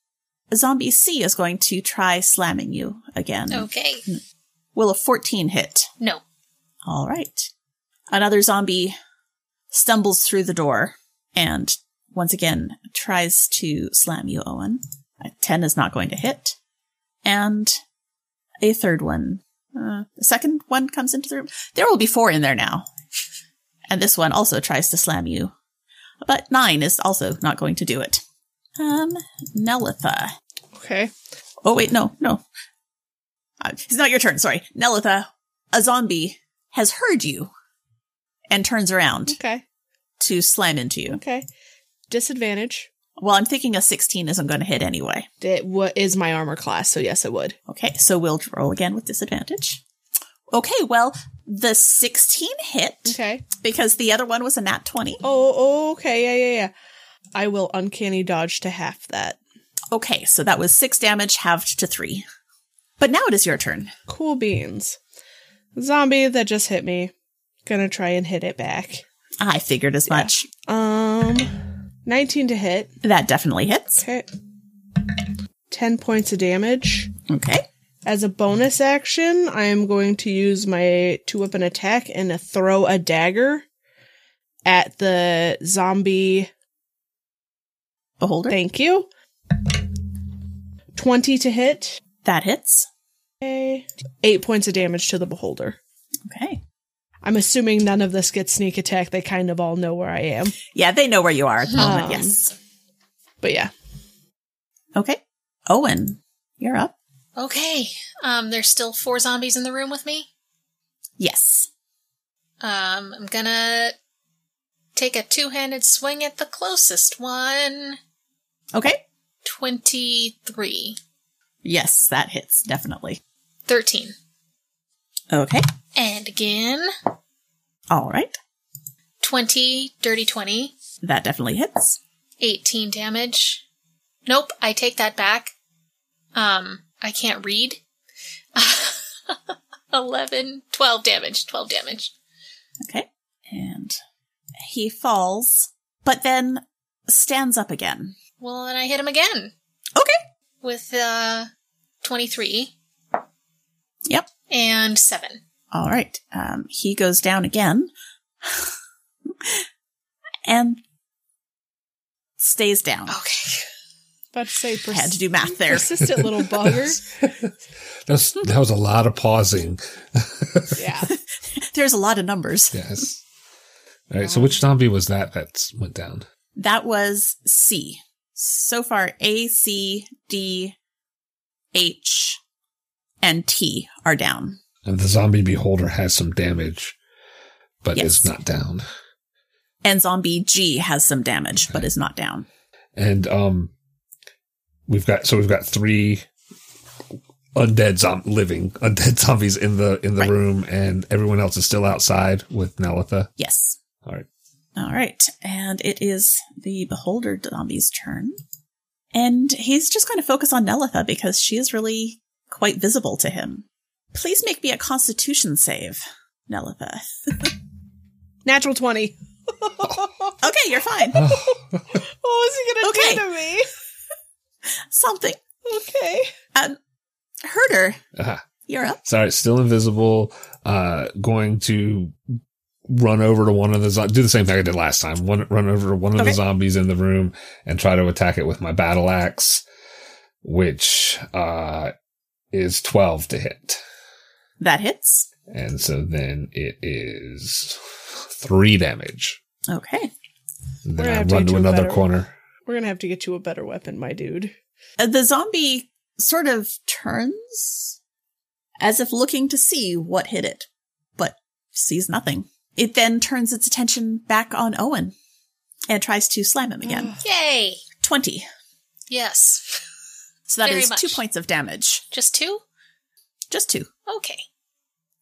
[SPEAKER 1] Zombie C is going to try slamming you again.
[SPEAKER 2] Okay.
[SPEAKER 1] Will a 14 hit?
[SPEAKER 2] No.
[SPEAKER 1] All right. Another zombie stumbles through the door and once again tries to slam you, Owen. A 10 is not going to hit. And a third one. Uh, the second one comes into the room. There will be four in there now. And this one also tries to slam you. But nine is also not going to do it. Um, Nelitha.
[SPEAKER 3] Okay.
[SPEAKER 1] Oh wait, no, no. Uh, it's not your turn. Sorry, Nelitha. A zombie has heard you and turns around
[SPEAKER 3] Okay.
[SPEAKER 1] to slam into you.
[SPEAKER 3] Okay. Disadvantage.
[SPEAKER 1] Well, I'm thinking a 16 isn't going to hit anyway.
[SPEAKER 3] It wa- is my armor class, so yes, it would.
[SPEAKER 1] Okay, so we'll roll again with disadvantage. Okay, well, the 16 hit
[SPEAKER 3] Okay.
[SPEAKER 1] because the other one was a nat 20.
[SPEAKER 3] Oh, oh, okay. Yeah, yeah, yeah. I will uncanny dodge to half that.
[SPEAKER 1] Okay, so that was six damage halved to three. But now it is your turn.
[SPEAKER 3] Cool beans. Zombie that just hit me. Gonna try and hit it back.
[SPEAKER 1] I figured as much.
[SPEAKER 3] Um, 19 to hit.
[SPEAKER 1] That definitely hits.
[SPEAKER 3] Okay. 10 points of damage.
[SPEAKER 1] Okay.
[SPEAKER 3] As a bonus action, I am going to use my two weapon attack and uh, throw a dagger at the zombie.
[SPEAKER 1] Beholder.
[SPEAKER 3] Thank you. 20 to hit.
[SPEAKER 1] That hits.
[SPEAKER 3] Okay. Eight points of damage to the beholder.
[SPEAKER 1] Okay.
[SPEAKER 3] I'm assuming none of this gets sneak attack. They kind of all know where I am.
[SPEAKER 1] Yeah, they know where you are at the moment.
[SPEAKER 3] Um,
[SPEAKER 1] Yes.
[SPEAKER 3] But yeah.
[SPEAKER 1] Okay. Owen, you're up.
[SPEAKER 2] Okay. Um, there's still four zombies in the room with me.
[SPEAKER 1] Yes.
[SPEAKER 2] Um, I'm gonna take a two handed swing at the closest one.
[SPEAKER 1] Okay.
[SPEAKER 2] 23.
[SPEAKER 1] Yes, that hits definitely.
[SPEAKER 2] 13.
[SPEAKER 1] Okay.
[SPEAKER 2] And again,
[SPEAKER 1] All right.
[SPEAKER 2] 20, dirty 20,
[SPEAKER 1] That definitely hits.
[SPEAKER 2] 18 damage. Nope, I take that back. Um, I can't read. 11, 12 damage, 12 damage.
[SPEAKER 1] Okay. And he falls, but then stands up again.
[SPEAKER 2] Well, then I hit him again
[SPEAKER 1] Okay.
[SPEAKER 2] with uh, 23
[SPEAKER 1] Yep.
[SPEAKER 2] and 7.
[SPEAKER 1] All right. Um, he goes down again and stays down.
[SPEAKER 2] Okay.
[SPEAKER 3] About to say pers-
[SPEAKER 1] Had to do math there.
[SPEAKER 3] persistent little bugger.
[SPEAKER 4] That's that was a lot of pausing.
[SPEAKER 3] yeah.
[SPEAKER 1] There's a lot of numbers.
[SPEAKER 4] Yes. All right. So which zombie was that that went down?
[SPEAKER 1] That was C. So far, A, C, D, H, and T are down.
[SPEAKER 4] And the zombie beholder has some damage, but
[SPEAKER 1] Yes.
[SPEAKER 4] is not down.
[SPEAKER 1] And zombie G has some damage, but is not down.
[SPEAKER 4] And um, we've got so we've got three undead zom- living undead zombies in the in the
[SPEAKER 1] Right.
[SPEAKER 4] room, and everyone else is still outside with Nelitha.
[SPEAKER 1] Yes.
[SPEAKER 4] All right.
[SPEAKER 1] All right. And it is the beholder zombie's turn. And he's just going to focus on Nelitha because she is really quite visible to him. Please make me a constitution save, Nelitha.
[SPEAKER 3] Natural 20.
[SPEAKER 1] Okay, you're fine.
[SPEAKER 3] What was he going to
[SPEAKER 1] Okay.
[SPEAKER 3] do to me?
[SPEAKER 1] Something.
[SPEAKER 3] Okay.
[SPEAKER 1] Um, Herder,
[SPEAKER 4] Ah,
[SPEAKER 1] you're up.
[SPEAKER 4] sorry, still invisible. Uh, going to run over to one of the zo- do the same thing I did last time. One run over to one of
[SPEAKER 1] Okay.
[SPEAKER 4] the zombies in the room and try to attack it with my battle axe, which uh is twelve to hit.
[SPEAKER 1] That hits.
[SPEAKER 4] And so then it is three damage.
[SPEAKER 1] Okay.
[SPEAKER 4] And
[SPEAKER 3] We're gonna
[SPEAKER 4] then I
[SPEAKER 3] have to
[SPEAKER 4] run
[SPEAKER 3] get
[SPEAKER 4] to
[SPEAKER 3] you a
[SPEAKER 4] another
[SPEAKER 3] better-
[SPEAKER 4] corner.
[SPEAKER 3] We're going to have to get you a better weapon, my dude.
[SPEAKER 1] Uh, The zombie sort of turns as if looking to see what hit it, but sees nothing. It then turns its attention back on Owen and tries to slam him
[SPEAKER 2] Mm.
[SPEAKER 1] again.
[SPEAKER 2] Yay!
[SPEAKER 1] 20.
[SPEAKER 2] Yes.
[SPEAKER 1] So that is
[SPEAKER 2] Very much.
[SPEAKER 1] two points of damage.
[SPEAKER 2] Just two?
[SPEAKER 1] Just two.
[SPEAKER 2] Okay.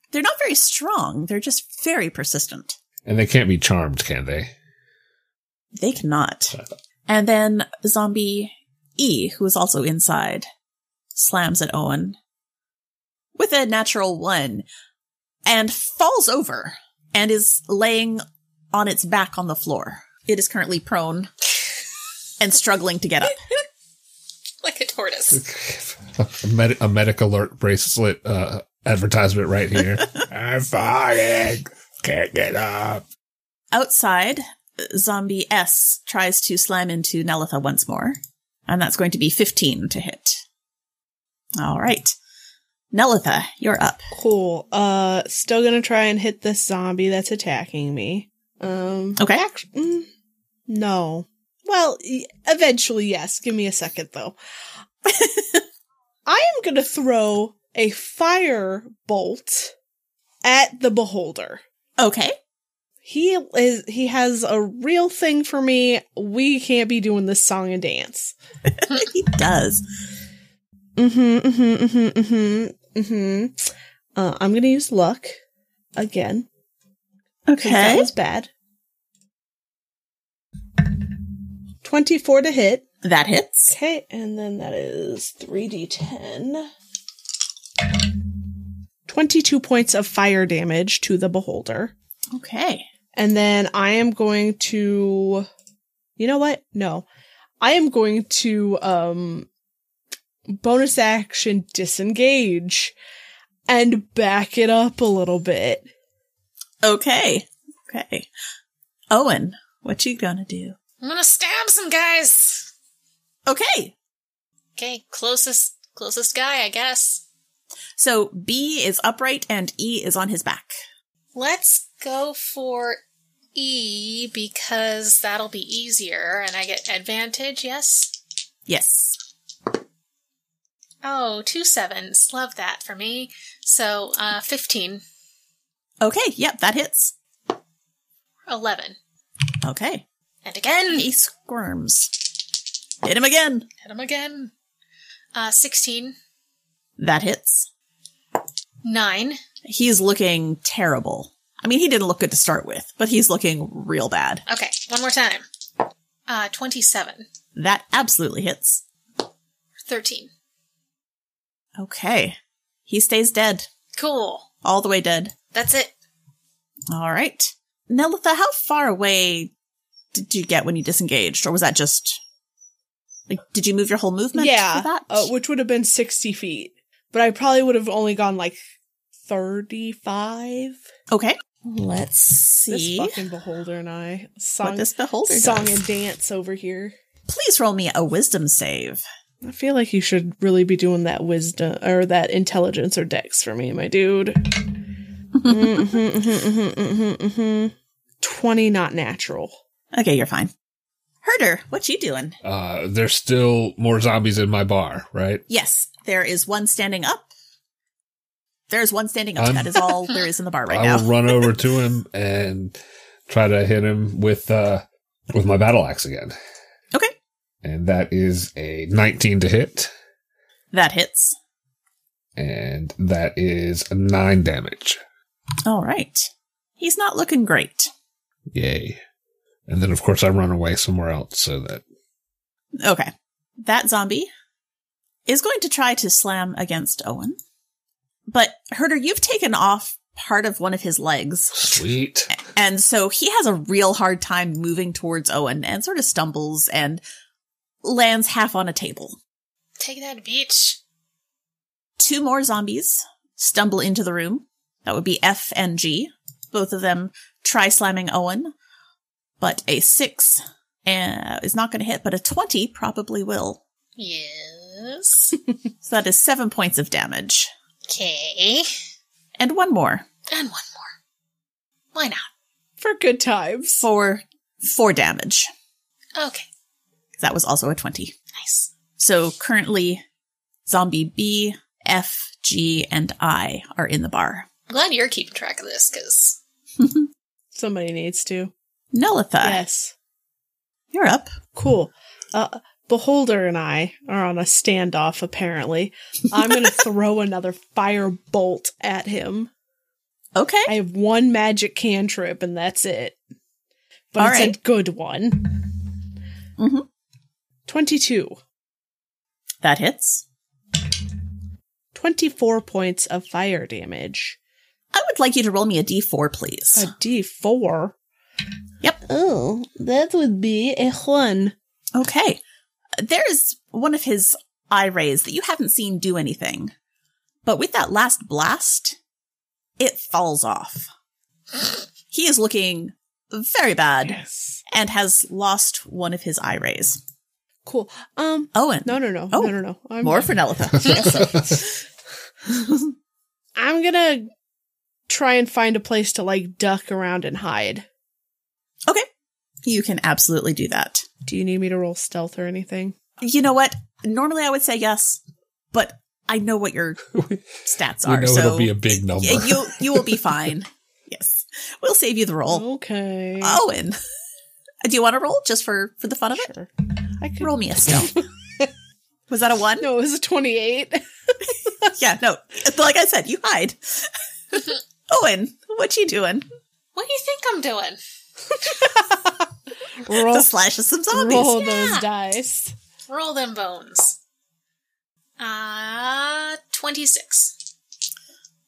[SPEAKER 1] They're not very strong, they're just very persistent.
[SPEAKER 4] And they can't be charmed, can they?
[SPEAKER 1] They cannot. And then zombie E, who is also inside, slams at Owen with a natural one and falls over and is laying on its back on the floor. It is currently prone and struggling to get up.
[SPEAKER 2] Like a tortoise.
[SPEAKER 4] a, med- a medic alert bracelet uh, advertisement right here. I'm falling. Can't get up.
[SPEAKER 1] Outside, zombie S tries to slam into Nelitha once more, and that's going to be 15 to hit. All right. Nelitha, you're up.
[SPEAKER 3] Cool. Uh, still gonna try and hit this zombie that's attacking me. Um,
[SPEAKER 1] Okay.
[SPEAKER 3] act- mm, no. Well, e- eventually, yes. Give me a second, though. I am gonna throw a fire bolt at the beholder.
[SPEAKER 1] Okay.
[SPEAKER 3] He is. He has a real thing for me. We can't be doing this song and dance.
[SPEAKER 1] He does.
[SPEAKER 3] Mm-hmm, mm-hmm, mm-hmm, mm-hmm, mm-hmm. Uh, I'm gonna use luck again. 'Cause That was bad. 24 to hit.
[SPEAKER 1] That hits.
[SPEAKER 3] Okay, and then that is 3d10. 22 points of fire damage to the beholder.
[SPEAKER 1] Okay.
[SPEAKER 3] And then I am going to You know what? No. I am going to um bonus action disengage and back it up a little bit.
[SPEAKER 1] Okay. Okay. Owen, what you gonna do?
[SPEAKER 2] I'm gonna stab some guys!
[SPEAKER 1] Okay.
[SPEAKER 2] Okay, closest closest guy, I guess.
[SPEAKER 1] So B is upright and E is on his back.
[SPEAKER 2] Let's go for E because that'll be easier and I get advantage, yes?
[SPEAKER 1] Yes.
[SPEAKER 2] Oh, two sevens. Love that for me. So, uh, 15.
[SPEAKER 1] Okay. Yep. That hits.
[SPEAKER 2] 11.
[SPEAKER 1] Okay.
[SPEAKER 2] And again! E.
[SPEAKER 1] He squirms. Hit him again.
[SPEAKER 2] Hit him again. Uh, 16.
[SPEAKER 1] That hits.
[SPEAKER 2] 9.
[SPEAKER 1] He's looking terrible. I mean, he didn't look good to start with, but he's looking real bad.
[SPEAKER 2] Okay, one more time. Uh, 27.
[SPEAKER 1] That absolutely hits.
[SPEAKER 2] 13.
[SPEAKER 1] Okay. He stays dead.
[SPEAKER 2] Cool.
[SPEAKER 1] All the way dead.
[SPEAKER 2] That's it.
[SPEAKER 1] All right. Nelitha, how far away did you get when you disengaged? Or was that just. Like, did you move your whole movement
[SPEAKER 3] yeah,
[SPEAKER 1] for that?
[SPEAKER 3] uh, which would have been 60 feet. But I probably would have only gone like 35.
[SPEAKER 1] okay. Let's
[SPEAKER 3] This
[SPEAKER 1] see
[SPEAKER 3] fucking beholder and I.
[SPEAKER 1] what
[SPEAKER 3] Song,
[SPEAKER 1] this beholder
[SPEAKER 3] song
[SPEAKER 1] does.
[SPEAKER 3] and dance over here.
[SPEAKER 1] Please roll me a wisdom save.
[SPEAKER 3] I feel like you should really be doing that wisdom or that intelligence or dex for me, my dude. Mhm, mhm, mhm, mhm, mhm. 20 not natural.
[SPEAKER 1] Okay, you're fine. Herder, what you doing?
[SPEAKER 4] Uh, there's still more zombies in my bar, right?
[SPEAKER 1] Yes, there is one standing up. There is one standing up.
[SPEAKER 4] I'm-
[SPEAKER 1] that is all there is in the bar right
[SPEAKER 4] I
[SPEAKER 1] now.
[SPEAKER 4] will run over to him and try to hit him with uh with my battle axe again.
[SPEAKER 1] Okay.
[SPEAKER 4] And that is a 19 to hit,
[SPEAKER 1] That hits.
[SPEAKER 4] and that is nine damage.
[SPEAKER 1] All right. He's not looking great.
[SPEAKER 4] Yay! And then of course I run away somewhere else so that
[SPEAKER 1] Okay. That zombie is going to try to slam against Owen. But Herder, you've taken off part of one of his legs.
[SPEAKER 4] sweet.
[SPEAKER 1] And so he has a real hard time moving towards Owen and sort of stumbles and lands half on a table.
[SPEAKER 2] Take that, beach.
[SPEAKER 1] two more zombies stumble into the room. That would be F and G. Both of them try slamming Owen, but a six uh, is not going to hit, but a 20 probably will.
[SPEAKER 2] Yes.
[SPEAKER 1] So that is seven points of damage.
[SPEAKER 2] Okay.
[SPEAKER 1] And one more
[SPEAKER 2] And one more. Why not?
[SPEAKER 3] For good times.
[SPEAKER 1] for four damage.
[SPEAKER 2] Okay.
[SPEAKER 1] That was also a 20.
[SPEAKER 2] Nice.
[SPEAKER 1] So currently, zombie B, F, G, and I are in the bar.
[SPEAKER 2] I'm glad you're keeping track of this, because
[SPEAKER 3] Somebody needs to.
[SPEAKER 1] Nelitha,
[SPEAKER 3] yes.
[SPEAKER 1] you're up.
[SPEAKER 3] Cool. Uh, Beholder and I are on a standoff, apparently. I'm going to throw another fire bolt at him.
[SPEAKER 1] Okay.
[SPEAKER 3] I have one magic cantrip, and that's it. But
[SPEAKER 1] All
[SPEAKER 3] it's a
[SPEAKER 1] right.
[SPEAKER 3] good one.
[SPEAKER 1] Mhm.
[SPEAKER 3] 22.
[SPEAKER 1] That hits.
[SPEAKER 3] 24 points of fire damage.
[SPEAKER 1] I would like you to roll me a d4, please.
[SPEAKER 3] A d4.
[SPEAKER 1] Yep.
[SPEAKER 3] Oh, that would be a one.
[SPEAKER 1] Okay. There is one of his eye rays that you haven't seen do anything. But with that last blast, it falls off. He is looking very bad
[SPEAKER 3] Yes.
[SPEAKER 1] and has lost one of his eye rays.
[SPEAKER 3] Cool. Um,
[SPEAKER 1] Owen.
[SPEAKER 3] no, no, no.
[SPEAKER 1] Oh,
[SPEAKER 3] no, no, no. I'm,
[SPEAKER 1] More for Nelitha.
[SPEAKER 3] I'm gonna try and find a place to like duck around and hide.
[SPEAKER 1] okay. You can absolutely do that.
[SPEAKER 3] Do you need me to roll stealth or anything?
[SPEAKER 1] You know what? Normally I would say yes, but I know what your stats
[SPEAKER 4] We
[SPEAKER 1] are.
[SPEAKER 4] know
[SPEAKER 1] so
[SPEAKER 4] it'll be a big number.
[SPEAKER 1] y- you, you will be fine. yes. We'll save you the roll.
[SPEAKER 3] Okay.
[SPEAKER 1] Owen. Do you want to roll just for for the fun of it?
[SPEAKER 3] sure. I could.
[SPEAKER 1] Roll me a stealth. Was that a one?
[SPEAKER 3] No, it was a 28.
[SPEAKER 1] Yeah, no. Like I said, you hide. Owen, what you doing?
[SPEAKER 2] What do you think I'm doing?
[SPEAKER 3] roll
[SPEAKER 1] To slash at some zombies.
[SPEAKER 3] roll
[SPEAKER 2] yeah.
[SPEAKER 3] those dice.
[SPEAKER 2] Roll them bones. Uh, 26.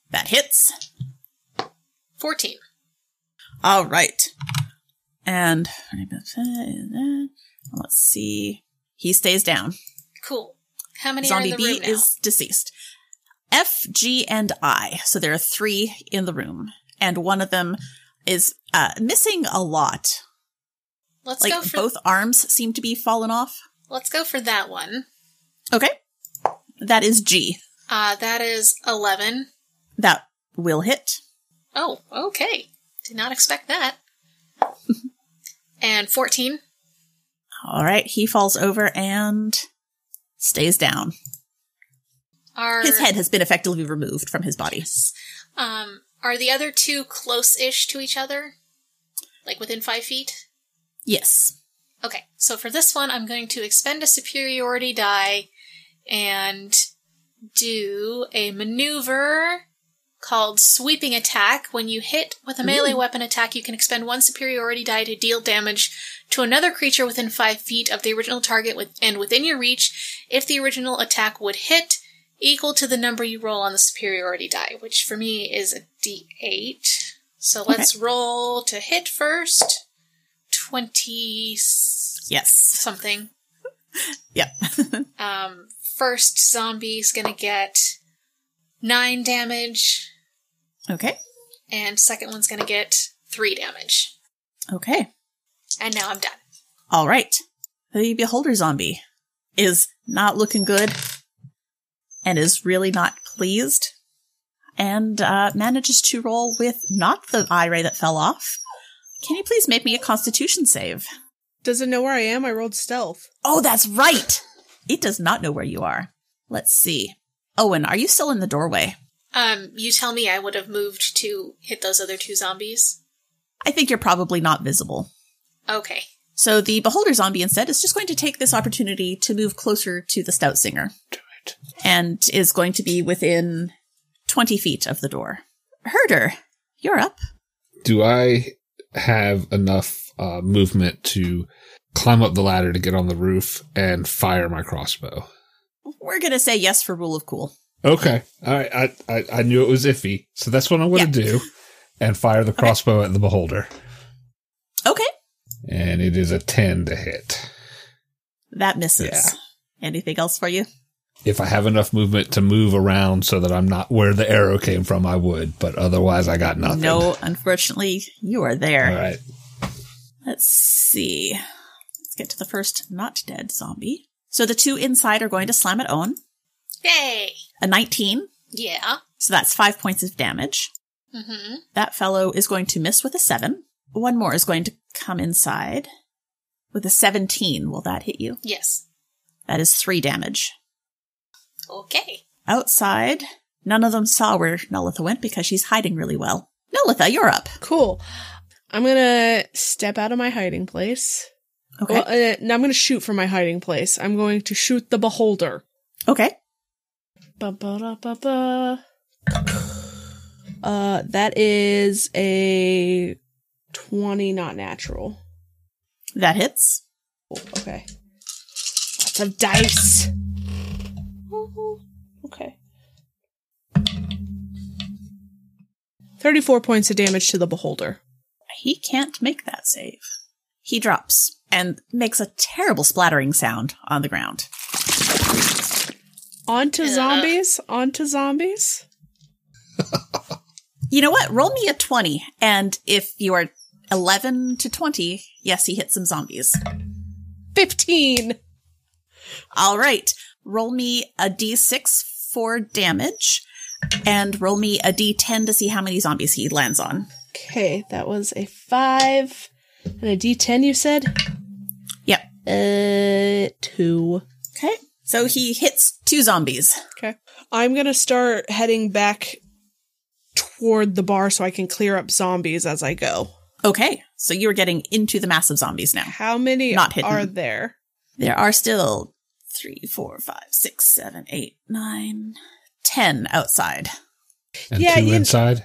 [SPEAKER 1] That hits.
[SPEAKER 2] 14.
[SPEAKER 1] All right. And let's see. He stays down.
[SPEAKER 2] Cool. How many
[SPEAKER 1] Zombie
[SPEAKER 2] are in the
[SPEAKER 1] B
[SPEAKER 2] room now?
[SPEAKER 1] is deceased. F, G, and I. So there are three in the room, and one of them is uh, missing a lot.
[SPEAKER 2] Let's
[SPEAKER 1] like
[SPEAKER 2] go for
[SPEAKER 1] both arms seem to be fallen off.
[SPEAKER 2] Let's go for that one.
[SPEAKER 1] Okay. That is G.
[SPEAKER 2] Uh, that is 11.
[SPEAKER 1] That will hit.
[SPEAKER 2] Oh, okay. Did not expect that. and 14.
[SPEAKER 1] All right. He falls over and stays down.
[SPEAKER 2] Are
[SPEAKER 1] His head has been effectively removed from his body.
[SPEAKER 2] Um, are the other two close-ish to each other? Like within five feet?
[SPEAKER 1] Yes.
[SPEAKER 2] Okay, so for this one, I'm going to expend a superiority die and do a maneuver called sweeping attack. When you hit with a melee weapon attack, you can expend one superiority die to deal damage to another creature within five feet of the original target with- and within your reach if the original attack would hit equal to the number you roll on the superiority die, which for me is a d8. So let's roll to hit first. 20 s-
[SPEAKER 1] Yes.
[SPEAKER 2] something.
[SPEAKER 1] Yep.
[SPEAKER 2] Um, first zombie's gonna get 9 damage,
[SPEAKER 1] okay.
[SPEAKER 2] and second one's gonna get 3 damage.
[SPEAKER 1] Okay.
[SPEAKER 2] And now I'm done.
[SPEAKER 1] All right. The beholder zombie is not looking good and is really not pleased and uh, manages to roll with not the eye ray that fell off. Can you please make me a constitution save?
[SPEAKER 3] Does it know where I am? I rolled stealth.
[SPEAKER 1] Oh, that's right. It does not know where you are. Let's see. Owen, are you still in the doorway?
[SPEAKER 2] Um, you tell me I would have moved to hit those other two zombies.
[SPEAKER 1] I think you're probably not visible.
[SPEAKER 2] Okay.
[SPEAKER 1] So the beholder zombie instead is just going to take this opportunity to move closer to the stout singer. And is going to be within 20 feet of the door. Herder, you're up.
[SPEAKER 4] Do I have enough uh, movement to climb up the ladder to get on the roof and fire my crossbow?
[SPEAKER 1] We're going to say yes for rule of cool.
[SPEAKER 4] Okay. All right. I, I, I knew it was iffy. So that's what I'm going to do and fire the crossbow at the beholder.
[SPEAKER 1] Okay.
[SPEAKER 4] And it is a 10 to hit.
[SPEAKER 1] That misses.
[SPEAKER 4] Yeah.
[SPEAKER 1] Anything else for you?
[SPEAKER 4] If I have enough movement to move around so that I'm not where the arrow came from, I would. But otherwise, I got nothing.
[SPEAKER 1] No, unfortunately, you are there.
[SPEAKER 4] All right.
[SPEAKER 1] Let's see. Let's get to the first not dead zombie. So the two inside are going to slam at Owen.
[SPEAKER 2] Yay!
[SPEAKER 1] A 19.
[SPEAKER 2] Yeah.
[SPEAKER 1] So that's five points of damage.
[SPEAKER 2] Mm-hmm.
[SPEAKER 1] That fellow is going to miss with a seven. One more is going to come inside with a 17. Will that hit you?
[SPEAKER 2] Yes.
[SPEAKER 1] That is three damage.
[SPEAKER 2] Okay.
[SPEAKER 1] Outside, none of them saw where Nulitha went because she's hiding really well. Nulitha, you're up.
[SPEAKER 3] Cool. I'm gonna step out of my hiding place.
[SPEAKER 1] Okay.
[SPEAKER 3] Well, uh, no, I'm gonna shoot from my hiding place. I'm going to shoot the beholder.
[SPEAKER 1] okay.
[SPEAKER 3] Ba ba da ba ba. Uh, that is a twenty, not natural.
[SPEAKER 1] That hits.
[SPEAKER 3] Cool, Okay. Lots of dice. Ooh, Okay. Thirty-four points of damage to the beholder.
[SPEAKER 1] He can't make that save. He drops and makes a terrible splattering sound on the ground.
[SPEAKER 3] On to
[SPEAKER 2] Ugh.
[SPEAKER 3] zombies. On to zombies.
[SPEAKER 1] You know what? Roll me a 20. And if you are 11 to 20, yes, he hit some zombies.
[SPEAKER 3] 15.
[SPEAKER 1] All right. Roll me a d6 for damage and roll me a d10 to see how many zombies he lands on.
[SPEAKER 3] Okay, that was a 5 and a d10, you said?
[SPEAKER 1] Yep.
[SPEAKER 3] Uh, 2.
[SPEAKER 1] Okay. So he hits two zombies.
[SPEAKER 3] Okay. I'm going to start heading back toward the bar so I can clear up zombies as I go.
[SPEAKER 1] Okay. So you're getting into the mass of zombies now.
[SPEAKER 3] How many
[SPEAKER 1] Not hidden.
[SPEAKER 3] are there?
[SPEAKER 1] There are still three, four, five, six, seven, eight, nine, ten outside
[SPEAKER 4] And
[SPEAKER 3] Yeah,
[SPEAKER 4] two
[SPEAKER 3] you-
[SPEAKER 4] inside.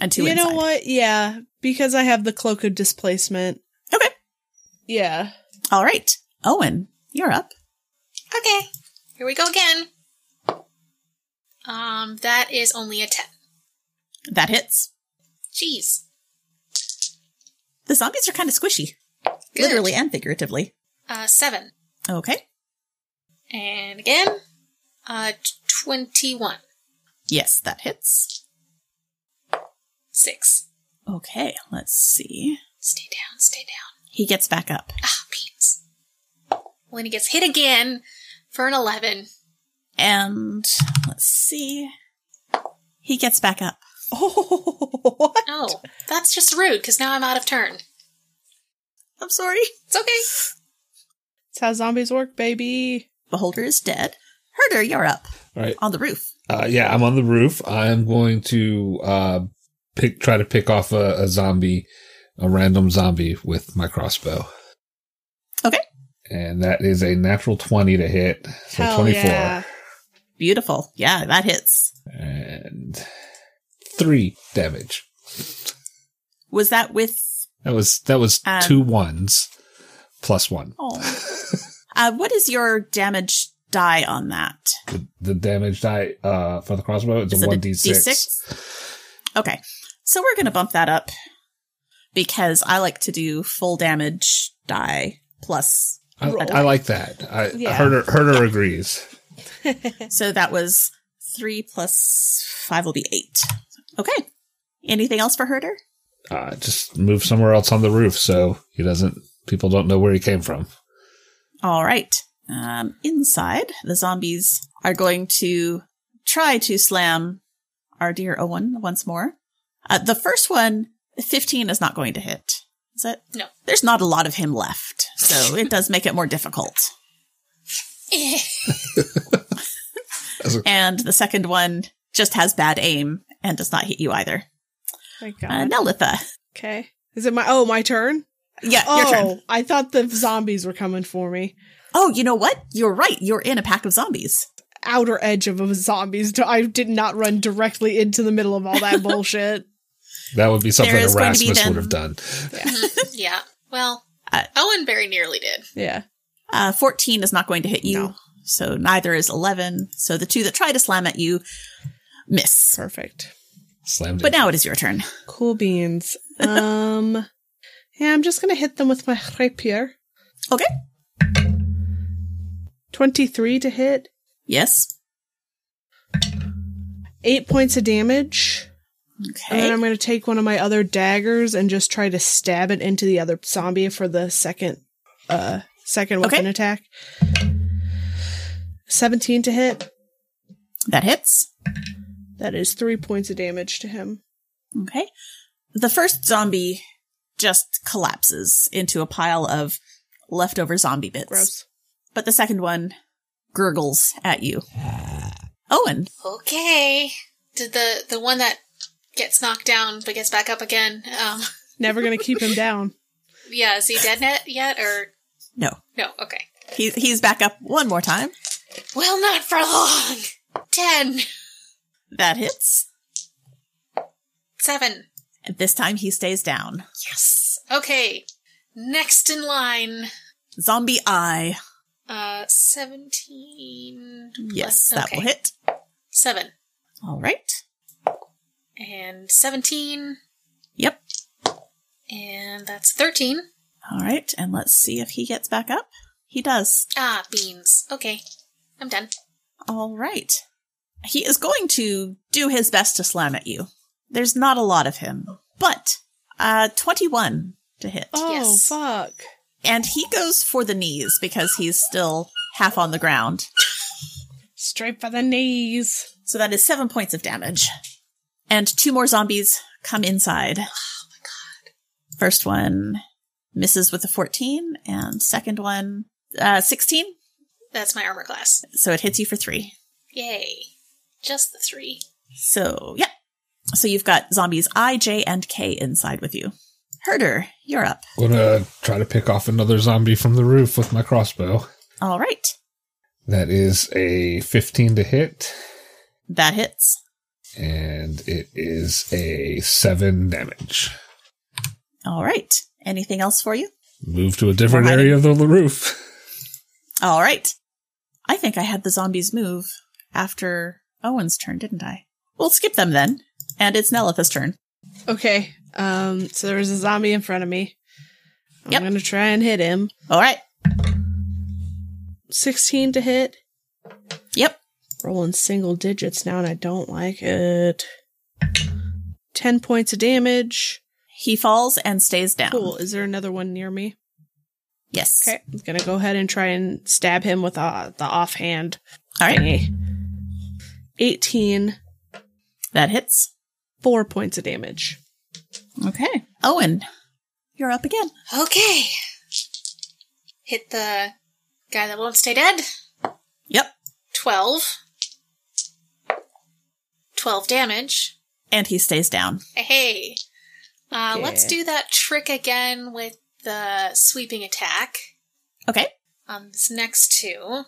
[SPEAKER 1] and two
[SPEAKER 3] you
[SPEAKER 1] inside.
[SPEAKER 3] know what? Yeah, because I have the cloak of displacement.
[SPEAKER 1] Okay.
[SPEAKER 3] Yeah.
[SPEAKER 1] All right. Owen, you're up.
[SPEAKER 2] Okay. Here we go again. Um, that is only a 10.
[SPEAKER 1] That hits.
[SPEAKER 2] Jeez.
[SPEAKER 1] The zombies are kind of squishy,
[SPEAKER 2] Good.
[SPEAKER 1] literally and figuratively.
[SPEAKER 2] Uh, 7.
[SPEAKER 1] Okay.
[SPEAKER 2] And again, uh, 21.
[SPEAKER 1] Yes, that hits.
[SPEAKER 2] 6.
[SPEAKER 1] Okay. Let's see.
[SPEAKER 2] Stay down, stay down.
[SPEAKER 1] He gets back up.
[SPEAKER 2] Ah, beans. When he gets hit again for an 11.
[SPEAKER 1] And let's see. He gets back up.
[SPEAKER 3] Oh, what?
[SPEAKER 2] Oh, that's just rude because now I'm out of turn.
[SPEAKER 1] I'm sorry.
[SPEAKER 2] It's okay.
[SPEAKER 3] That's how zombies work, baby.
[SPEAKER 1] Beholder is dead. Herder, you're up
[SPEAKER 4] All right.
[SPEAKER 1] on the roof.
[SPEAKER 4] Uh, yeah, I'm on the roof. I'm going to uh, pick, try to pick off a, a zombie, a random zombie with my crossbow.
[SPEAKER 1] Okay.
[SPEAKER 4] And that is a natural 20 to hit. So 24.
[SPEAKER 1] Beautiful. Yeah, that hits.
[SPEAKER 4] And three damage.
[SPEAKER 1] Was that with?
[SPEAKER 4] That was, that was
[SPEAKER 1] Um,
[SPEAKER 4] two ones plus one.
[SPEAKER 1] Oh. uh, what is your damage die on that?
[SPEAKER 4] The, the damage die, uh, for the crossbow, it's
[SPEAKER 1] Is
[SPEAKER 4] a
[SPEAKER 1] it a
[SPEAKER 4] 1d6.
[SPEAKER 1] D6? Okay. So we're going to bump that up because I like to do full damage die plus.
[SPEAKER 4] I,
[SPEAKER 1] Roll.
[SPEAKER 4] I like that. I,
[SPEAKER 3] Yeah.
[SPEAKER 4] Herder, Herder agrees.
[SPEAKER 1] So that was three plus five will be eight. Okay. Anything else for Herder?
[SPEAKER 4] Uh, just move somewhere else on the roof so he doesn't. People don't know where he came from.
[SPEAKER 1] All right. Um, inside, the zombies are going to try to slam our dear Owen once more. Uh, the first one, 15 is not going to hit. Is it?
[SPEAKER 2] No.
[SPEAKER 1] There's not a lot of him left, so it does make it more difficult. And the second one just has bad aim and does not hit you either.
[SPEAKER 3] Thank
[SPEAKER 1] Uh, Nelitha.
[SPEAKER 3] Okay. Is it my oh my turn?
[SPEAKER 1] Yeah,
[SPEAKER 3] Oh,
[SPEAKER 1] your turn.
[SPEAKER 3] I thought the zombies were coming for me.
[SPEAKER 1] Oh, you know what? You're right. You're in a pack of zombies.
[SPEAKER 3] Outer edge of a zombies. Do- I did not run directly into the middle of all that bullshit.
[SPEAKER 4] That would be something
[SPEAKER 1] There is going to be
[SPEAKER 4] Erasmus
[SPEAKER 1] then-
[SPEAKER 4] would have done.
[SPEAKER 2] yeah. Well,
[SPEAKER 1] Uh,
[SPEAKER 2] Owen very nearly did.
[SPEAKER 3] Yeah.
[SPEAKER 1] Uh, 14 is not going to hit you.
[SPEAKER 3] No.
[SPEAKER 1] So neither is 11. So the two that try to slam at you miss.
[SPEAKER 3] Perfect.
[SPEAKER 4] Slammed
[SPEAKER 1] But
[SPEAKER 4] it.
[SPEAKER 1] now it is your turn.
[SPEAKER 3] Cool beans. Um Yeah, I'm just gonna hit them with my rapier.
[SPEAKER 1] Okay.
[SPEAKER 3] Twenty-three to hit.
[SPEAKER 1] Yes.
[SPEAKER 3] Eight points of damage. And
[SPEAKER 1] Okay.
[SPEAKER 3] then I'm going to take one of my other daggers and just try to stab it into the other zombie for the second uh second
[SPEAKER 1] Okay.
[SPEAKER 3] weapon attack. 17 to hit.
[SPEAKER 1] that hits.
[SPEAKER 3] That is 3 points of damage to him.
[SPEAKER 1] Okay. The first zombie just collapses into a pile of leftover zombie bits.
[SPEAKER 3] Gross.
[SPEAKER 1] But the second one gurgles at you. Owen.
[SPEAKER 2] Okay. Did the the one that gets knocked down but gets back up again? Um,
[SPEAKER 3] Never going to keep him down.
[SPEAKER 2] yeah. Is he dead net yet or
[SPEAKER 1] No.
[SPEAKER 2] no? Okay.
[SPEAKER 1] He, he's back up one more time.
[SPEAKER 2] Well, not for long. Ten.
[SPEAKER 1] That hits.
[SPEAKER 2] Seven.
[SPEAKER 1] And this time he stays down.
[SPEAKER 2] Yes. Okay. Next in line.
[SPEAKER 1] Zombie eye.
[SPEAKER 2] Uh, seventeen.
[SPEAKER 1] Yes,
[SPEAKER 2] plus-
[SPEAKER 1] that will hit.
[SPEAKER 2] Seven
[SPEAKER 1] All right.
[SPEAKER 2] and seventeen,
[SPEAKER 1] Yep.
[SPEAKER 2] and that's thirteen.
[SPEAKER 1] All right. And let's see if he gets back up. He does.
[SPEAKER 2] Ah, beans. Okay, I'm done.
[SPEAKER 1] All right. He is going to do his best to slam at you. There's not a lot of him, but uh, 21 to hit.
[SPEAKER 3] Oh
[SPEAKER 2] Yes.
[SPEAKER 3] fuck.
[SPEAKER 1] And he goes for the knees because he's still half on the ground.
[SPEAKER 3] Straight for the knees.
[SPEAKER 1] So that is seven points of damage. And two more zombies come inside. Oh my god. First one misses with a 14, and second one, uh, 16.
[SPEAKER 2] That's my armor class.
[SPEAKER 1] So it hits you for three.
[SPEAKER 2] Yay! Just the three.
[SPEAKER 1] So, yeah. So you've got zombies I, J, and K inside with you. Herder, you're up.
[SPEAKER 4] Gonna try to pick off another zombie from the roof with my crossbow.
[SPEAKER 1] All right.
[SPEAKER 4] That is a 15 to hit,
[SPEAKER 1] That hits.
[SPEAKER 4] and it is a 7 damage.
[SPEAKER 1] All right. Anything else for you?
[SPEAKER 4] Move to a different
[SPEAKER 1] We're hiding.
[SPEAKER 4] area of the roof.
[SPEAKER 1] All right. I think I had the zombies move after Owen's turn, didn't I? We'll skip them then. And it's Nelitha's turn.
[SPEAKER 3] Okay. Um so there was a zombie in front of me. I'm
[SPEAKER 1] Yep.
[SPEAKER 3] going to try and hit him.
[SPEAKER 1] All right.
[SPEAKER 3] 16 to hit.
[SPEAKER 1] Yep.
[SPEAKER 3] rolling single digits now and I don't like it. 10 points of damage.
[SPEAKER 1] He falls and stays down.
[SPEAKER 3] Cool. Is there another one near me?
[SPEAKER 1] Yes.
[SPEAKER 3] Okay. I'm going to go ahead and try and stab him with uh, the offhand
[SPEAKER 1] All right.
[SPEAKER 3] thingy. 18,
[SPEAKER 1] That hits.
[SPEAKER 3] 4 points of damage.
[SPEAKER 1] Okay. Owen, you're up again.
[SPEAKER 2] Okay. Hit the guy that won't stay dead.
[SPEAKER 1] Yep.
[SPEAKER 2] Twelve. Twelve damage.
[SPEAKER 1] And he stays down.
[SPEAKER 2] Hey. Uh, Let's
[SPEAKER 3] Yeah.
[SPEAKER 2] do that trick again with the sweeping attack
[SPEAKER 1] Okay.
[SPEAKER 2] on this next two.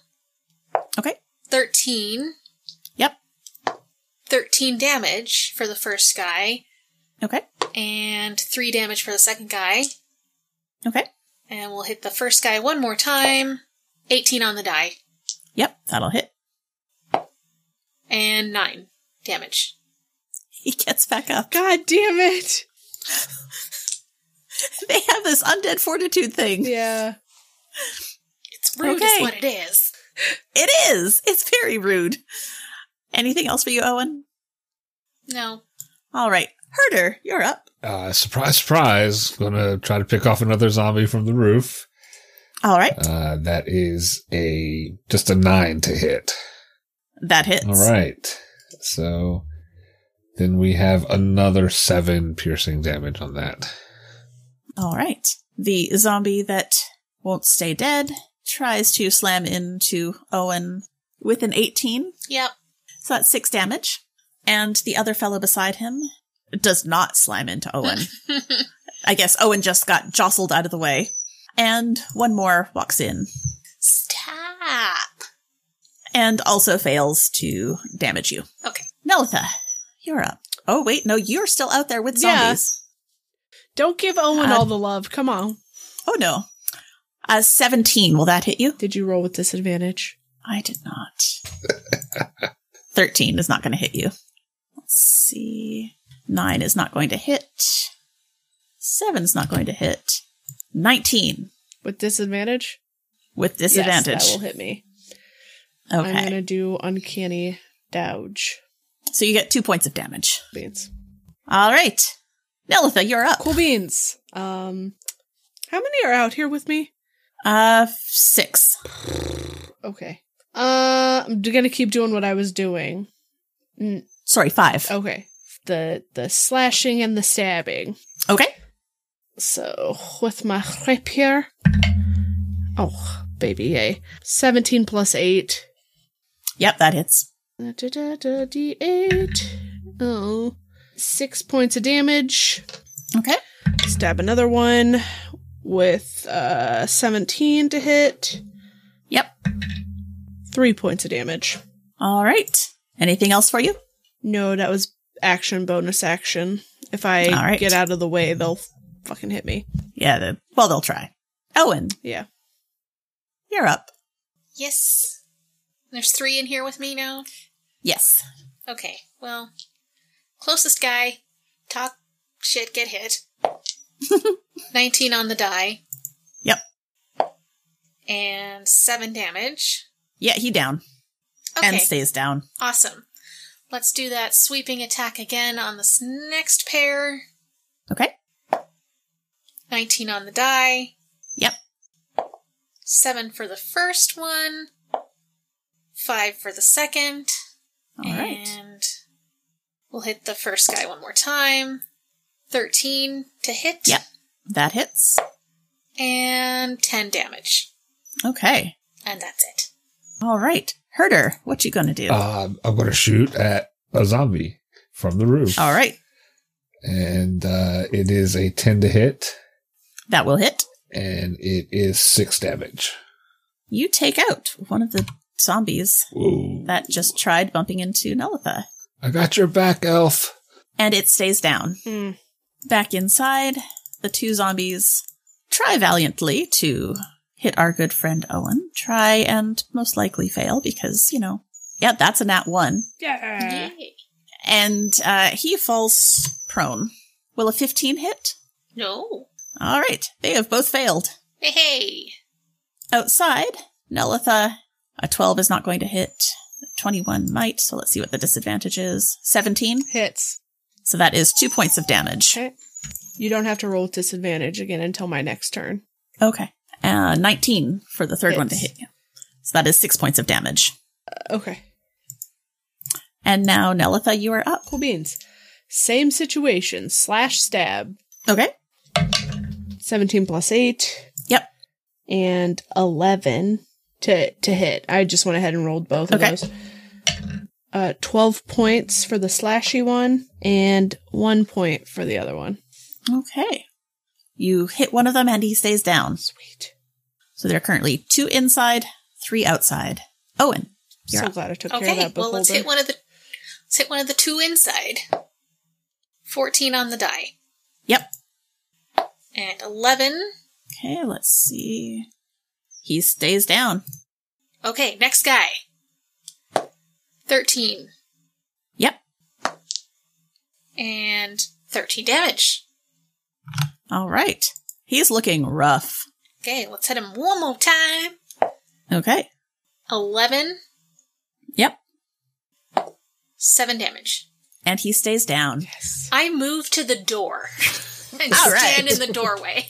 [SPEAKER 1] Okay.
[SPEAKER 2] 13.
[SPEAKER 1] Yep.
[SPEAKER 2] 13 damage for the first guy,
[SPEAKER 1] Okay.
[SPEAKER 2] and 3 damage for the second guy.
[SPEAKER 1] Okay.
[SPEAKER 2] And we'll hit the first guy one more time. 18 on the die,
[SPEAKER 1] Yep. That'll hit.
[SPEAKER 2] and 9 damage.
[SPEAKER 1] He gets back up.
[SPEAKER 3] God damn it.
[SPEAKER 1] They have this undead fortitude thing.
[SPEAKER 3] Yeah.
[SPEAKER 2] It's rude
[SPEAKER 1] Okay.
[SPEAKER 2] is what it is.
[SPEAKER 1] It is. It's very rude. Anything else for you, Owen?
[SPEAKER 2] No.
[SPEAKER 1] All right. Herder, you're up.
[SPEAKER 4] Uh, surprise, surprise. Gonna try to pick off another zombie from the roof.
[SPEAKER 1] All right.
[SPEAKER 4] Uh, that is a, just a nine to hit.
[SPEAKER 1] That hits.
[SPEAKER 4] All right. So then we have another seven piercing damage on that.
[SPEAKER 1] All right. The zombie that won't stay dead tries to slam into Owen with an 18.
[SPEAKER 2] Yep.
[SPEAKER 1] So that's six damage. And the other fellow beside him does not slam into Owen. I guess Owen just got jostled out of the way. And one more walks in
[SPEAKER 2] Stop.
[SPEAKER 1] and also fails to damage you.
[SPEAKER 2] Okay.
[SPEAKER 1] Nelitha, you're up. Oh, wait. No, you're still out there with
[SPEAKER 3] Yeah.
[SPEAKER 1] zombies.
[SPEAKER 3] Don't give Owen
[SPEAKER 1] God.
[SPEAKER 3] all the love. Come on.
[SPEAKER 1] Oh, no. Uh, 17. Will that hit you?
[SPEAKER 3] Did you roll with disadvantage?
[SPEAKER 1] I did not. 13 is not going to hit you. Let's see. 9 is not going to hit. 7 is not going to hit. 19
[SPEAKER 3] With disadvantage?
[SPEAKER 1] with disadvantage.
[SPEAKER 3] Yes, that will hit me. I'm
[SPEAKER 1] okay.
[SPEAKER 3] going to do uncanny dodge.
[SPEAKER 1] So you get 2 points of damage.
[SPEAKER 3] Beans.
[SPEAKER 1] All right. Nelitha, you're up.
[SPEAKER 3] Cool beans. Um, how many are out here with me?
[SPEAKER 1] Uh 6.
[SPEAKER 3] Okay. Uh, I'm going to keep doing what I was doing.
[SPEAKER 1] Sorry, 5.
[SPEAKER 3] Okay. The the slashing and the stabbing.
[SPEAKER 1] Okay.
[SPEAKER 3] So with my rapier. Oh, baby, yay. 17 plus 8.
[SPEAKER 1] Yep, that hits.
[SPEAKER 3] Da, da, da, da, D8. Oh. Six points of damage.
[SPEAKER 1] Okay.
[SPEAKER 3] Stab another one with uh 17 to hit.
[SPEAKER 1] Yep.
[SPEAKER 3] Three points of damage.
[SPEAKER 1] All right. Anything else for you?
[SPEAKER 3] No, that was action bonus action. If I
[SPEAKER 1] All right.
[SPEAKER 3] get out of the way, they'll fucking hit me.
[SPEAKER 1] Yeah, they- well, they'll try. Owen,
[SPEAKER 3] Yeah.
[SPEAKER 1] you're up.
[SPEAKER 2] Yes. There's three in here with me now.
[SPEAKER 1] Yes.
[SPEAKER 2] Okay. Well, closest guy, talk shit, get hit. 19 on the die.
[SPEAKER 1] Yep.
[SPEAKER 2] And seven damage.
[SPEAKER 1] Yeah, he down
[SPEAKER 2] Okay.
[SPEAKER 1] and stays down.
[SPEAKER 2] Awesome. Let's do that sweeping attack again on this next pair.
[SPEAKER 1] Okay.
[SPEAKER 2] 19 on the die.
[SPEAKER 1] Yep.
[SPEAKER 2] Seven for the first one. Five for the second.
[SPEAKER 1] All right.
[SPEAKER 2] And we'll hit the first guy one more time. 13 to hit.
[SPEAKER 1] Yep. That hits.
[SPEAKER 2] And 10 damage.
[SPEAKER 1] Okay.
[SPEAKER 2] And that's it.
[SPEAKER 1] All right. Herder, what you gonna do?
[SPEAKER 4] Uh, I'm going to shoot at a zombie from the roof.
[SPEAKER 1] All right.
[SPEAKER 4] And uh, it is a 10 to hit,
[SPEAKER 1] That will hit.
[SPEAKER 4] and it is six damage.
[SPEAKER 1] You take out one of the zombies
[SPEAKER 4] Whoa.
[SPEAKER 1] that just tried bumping into Nelitha.
[SPEAKER 4] I got your back, elf.
[SPEAKER 1] And it stays down.
[SPEAKER 3] Mm.
[SPEAKER 1] Back inside, the two zombies try valiantly to hit our good friend Owen. Try and most likely fail because, you know, yeah, that's a nat one.
[SPEAKER 3] Yeah.
[SPEAKER 2] Yay.
[SPEAKER 1] And uh, he falls prone. Will a 15 hit?
[SPEAKER 2] No.
[SPEAKER 1] All right. They have both failed.
[SPEAKER 2] Hey, hey.
[SPEAKER 1] Outside, Nelitha, a 12 is not going to hit. 21 might, so let's see what the disadvantage is. 17.
[SPEAKER 3] Hits.
[SPEAKER 1] So that is two points of damage.
[SPEAKER 3] Okay. You don't have to roll with disadvantage again until my next turn.
[SPEAKER 1] Okay. Uh, 19 for the third one to
[SPEAKER 3] Hits.
[SPEAKER 1] hit you. So that is six points of damage.
[SPEAKER 3] Okay.
[SPEAKER 1] And now, Nelitha, you are up.
[SPEAKER 3] Cool beans. Same situation. Slash stab.
[SPEAKER 1] Okay.
[SPEAKER 3] 17 plus 8
[SPEAKER 1] Yep.
[SPEAKER 3] and 11 to to hit. I just went ahead and rolled both
[SPEAKER 1] Okay.
[SPEAKER 3] of those. Uh, 12 points for the slashy one and 1 point for the other one.
[SPEAKER 1] Okay. You hit one of them and he stays down.
[SPEAKER 3] Sweet.
[SPEAKER 1] So there are currently two inside, three outside. Owen, you're
[SPEAKER 3] so
[SPEAKER 1] up.
[SPEAKER 3] glad I took care of
[SPEAKER 2] Okay,
[SPEAKER 3] that book
[SPEAKER 2] well let's
[SPEAKER 3] holder.
[SPEAKER 2] hit one of the let's hit one of the two inside. Fourteen on the die.
[SPEAKER 1] Yep.
[SPEAKER 2] And eleven.
[SPEAKER 1] Okay, let's see. He stays down.
[SPEAKER 2] Okay, next guy. Thirteen.
[SPEAKER 1] Yep.
[SPEAKER 2] and 13 damage.
[SPEAKER 1] All right. He's looking rough.
[SPEAKER 2] Okay, let's hit him one more time.
[SPEAKER 1] Okay.
[SPEAKER 2] 11,
[SPEAKER 1] Yep.
[SPEAKER 2] 7 damage.
[SPEAKER 1] And he stays down.
[SPEAKER 2] I move to the door and
[SPEAKER 1] All right.
[SPEAKER 2] stand in the doorway.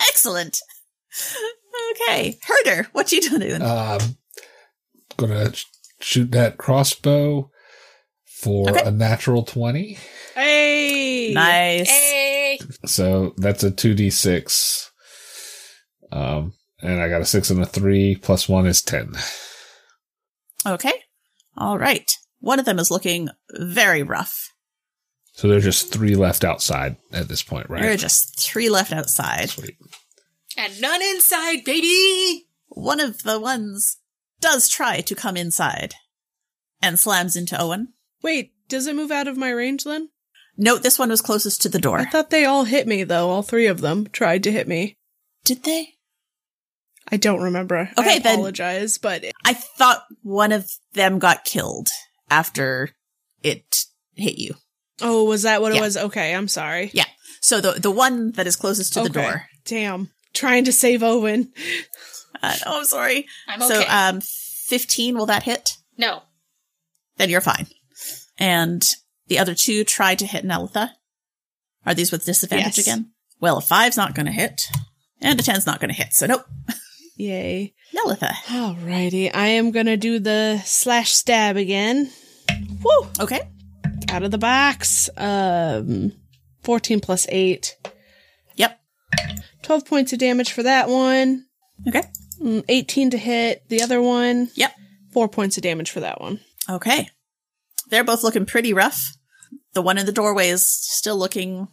[SPEAKER 1] Excellent. Okay. Herder, what you doing?
[SPEAKER 4] Um, gonna sh- shoot that crossbow for
[SPEAKER 1] Okay.
[SPEAKER 4] a natural 20.
[SPEAKER 3] Hey.
[SPEAKER 1] nice.
[SPEAKER 2] Hey!
[SPEAKER 4] So that's a 2d6. Um, and I got a 6 and a 3, plus 1 is 10.
[SPEAKER 1] Okay. All right. One of them is looking very rough.
[SPEAKER 4] So there's just 3 left outside at this point, right?
[SPEAKER 1] There are just three left outside.
[SPEAKER 4] Sweet.
[SPEAKER 2] And none inside, baby!
[SPEAKER 1] One of the ones does try to come inside and slams into Owen.
[SPEAKER 3] Wait, does it move out of my range then?
[SPEAKER 1] Note this one was closest to the
[SPEAKER 3] I
[SPEAKER 1] door.
[SPEAKER 3] thought they all hit me though. All three of them tried to hit me.
[SPEAKER 1] Did they?
[SPEAKER 3] I don't remember. I
[SPEAKER 1] Okay, then-
[SPEAKER 3] apologize, but
[SPEAKER 1] I thought one of them got killed after it hit you.
[SPEAKER 3] oh, was that what it
[SPEAKER 1] Yeah.
[SPEAKER 3] was? Okay, I'm sorry.
[SPEAKER 1] Yeah. So the the one that is closest to the
[SPEAKER 3] Okay.
[SPEAKER 1] door.
[SPEAKER 3] Damn. Trying to save Owen.
[SPEAKER 1] Uh, oh, I'm sorry.
[SPEAKER 2] I'm
[SPEAKER 1] So
[SPEAKER 2] okay.
[SPEAKER 1] um 15 will that hit?
[SPEAKER 2] no.
[SPEAKER 1] Then you're fine. And the other two try to hit Nelitha. Are these with disadvantage
[SPEAKER 3] Yes.
[SPEAKER 1] again? Well, a five's not going to hit, and a ten's not going to hit. So nope,
[SPEAKER 3] Yay.
[SPEAKER 1] Nelitha.
[SPEAKER 3] Alrighty. I am gonna do the slash stab again. Woo!
[SPEAKER 1] Okay,
[SPEAKER 3] Out of the box. Um 14 plus 8.
[SPEAKER 1] yep,
[SPEAKER 3] 12 points of damage for that one.
[SPEAKER 1] okay,
[SPEAKER 3] Mm, 18 to hit the other one.
[SPEAKER 1] yep,
[SPEAKER 3] Four points of damage for that one.
[SPEAKER 1] okay. They're both looking pretty rough. The one in the doorway is still looking.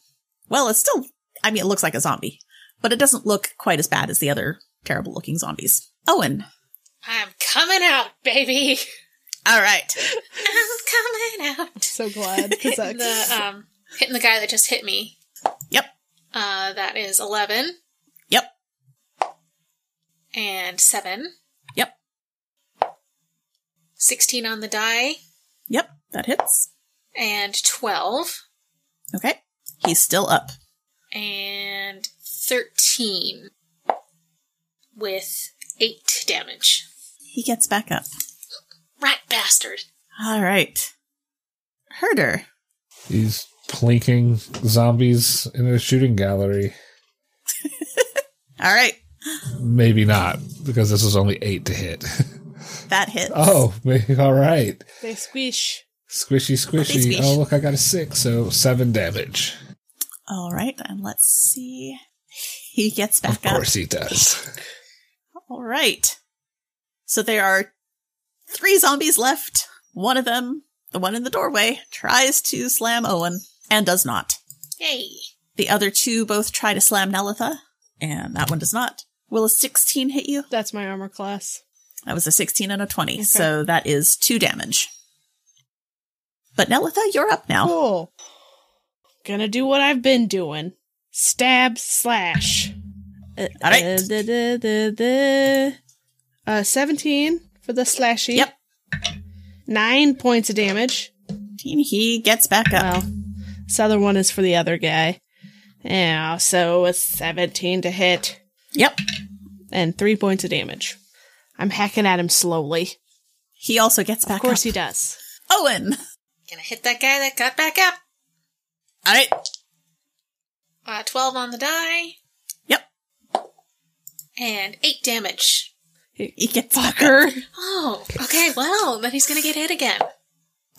[SPEAKER 1] Well, it's still. I mean, it looks like a zombie, but it doesn't look quite as bad as the other terrible-looking zombies. Owen.
[SPEAKER 2] I'm coming out, baby!
[SPEAKER 1] All right.
[SPEAKER 2] I'm coming out!
[SPEAKER 3] So glad because uh,
[SPEAKER 2] The, um, hitting the guy that just hit me.
[SPEAKER 1] Yep.
[SPEAKER 2] Uh, that is 11
[SPEAKER 1] Yep.
[SPEAKER 2] and 7.
[SPEAKER 1] Yep.
[SPEAKER 2] 16 on the die
[SPEAKER 1] Yep. That hits.
[SPEAKER 2] and 12
[SPEAKER 1] Okay. He's still up.
[SPEAKER 2] and 13 with 8 damage.
[SPEAKER 1] He gets back up.
[SPEAKER 2] Rat bastard.
[SPEAKER 1] All right. Herder.
[SPEAKER 4] These plinking zombies in a shooting gallery.
[SPEAKER 1] All right.
[SPEAKER 4] Maybe not, because this is only 8 to hit.
[SPEAKER 1] That hits.
[SPEAKER 4] oh, maybe, all right.
[SPEAKER 3] they squish.
[SPEAKER 4] Squishy, squishy.
[SPEAKER 1] squish.
[SPEAKER 4] Oh, look, I got a 6, so 7 damage.
[SPEAKER 1] All right. And let's see. He gets back
[SPEAKER 4] Of
[SPEAKER 1] up.
[SPEAKER 4] course he does.
[SPEAKER 1] All right. So there are three zombies left. One of them, the one in the doorway, tries to slam Owen and does not.
[SPEAKER 2] Yay.
[SPEAKER 1] The other two both try to slam Nelitha, and that one does not. Will a 16 hit you?
[SPEAKER 3] That's my armor class.
[SPEAKER 1] That was a 16 and a 20, so that is two damage. But Nelitha, you're up now.
[SPEAKER 3] Cool. Gonna do what I've been doing. Stab slash. Uh,
[SPEAKER 1] All right.
[SPEAKER 3] Uh, da, da, da, da. Uh, 17 for the slashy.
[SPEAKER 1] Yep.
[SPEAKER 3] Nine points of damage.
[SPEAKER 1] He gets back up.
[SPEAKER 3] Well, this other one is for the other guy. Yeah, so a 17 to hit
[SPEAKER 1] Yep.
[SPEAKER 3] and three points of damage. I'm hacking at him slowly.
[SPEAKER 1] He also gets back
[SPEAKER 3] Of course
[SPEAKER 1] up.
[SPEAKER 3] he does.
[SPEAKER 1] Owen.
[SPEAKER 2] Gonna hit that guy that got back up.
[SPEAKER 1] All right.
[SPEAKER 2] Uh, 12 on the die
[SPEAKER 1] Yep.
[SPEAKER 2] and 8 damage.
[SPEAKER 1] He gets back up.
[SPEAKER 3] Fucker.
[SPEAKER 2] Oh, okay, well, then he's gonna get hit again.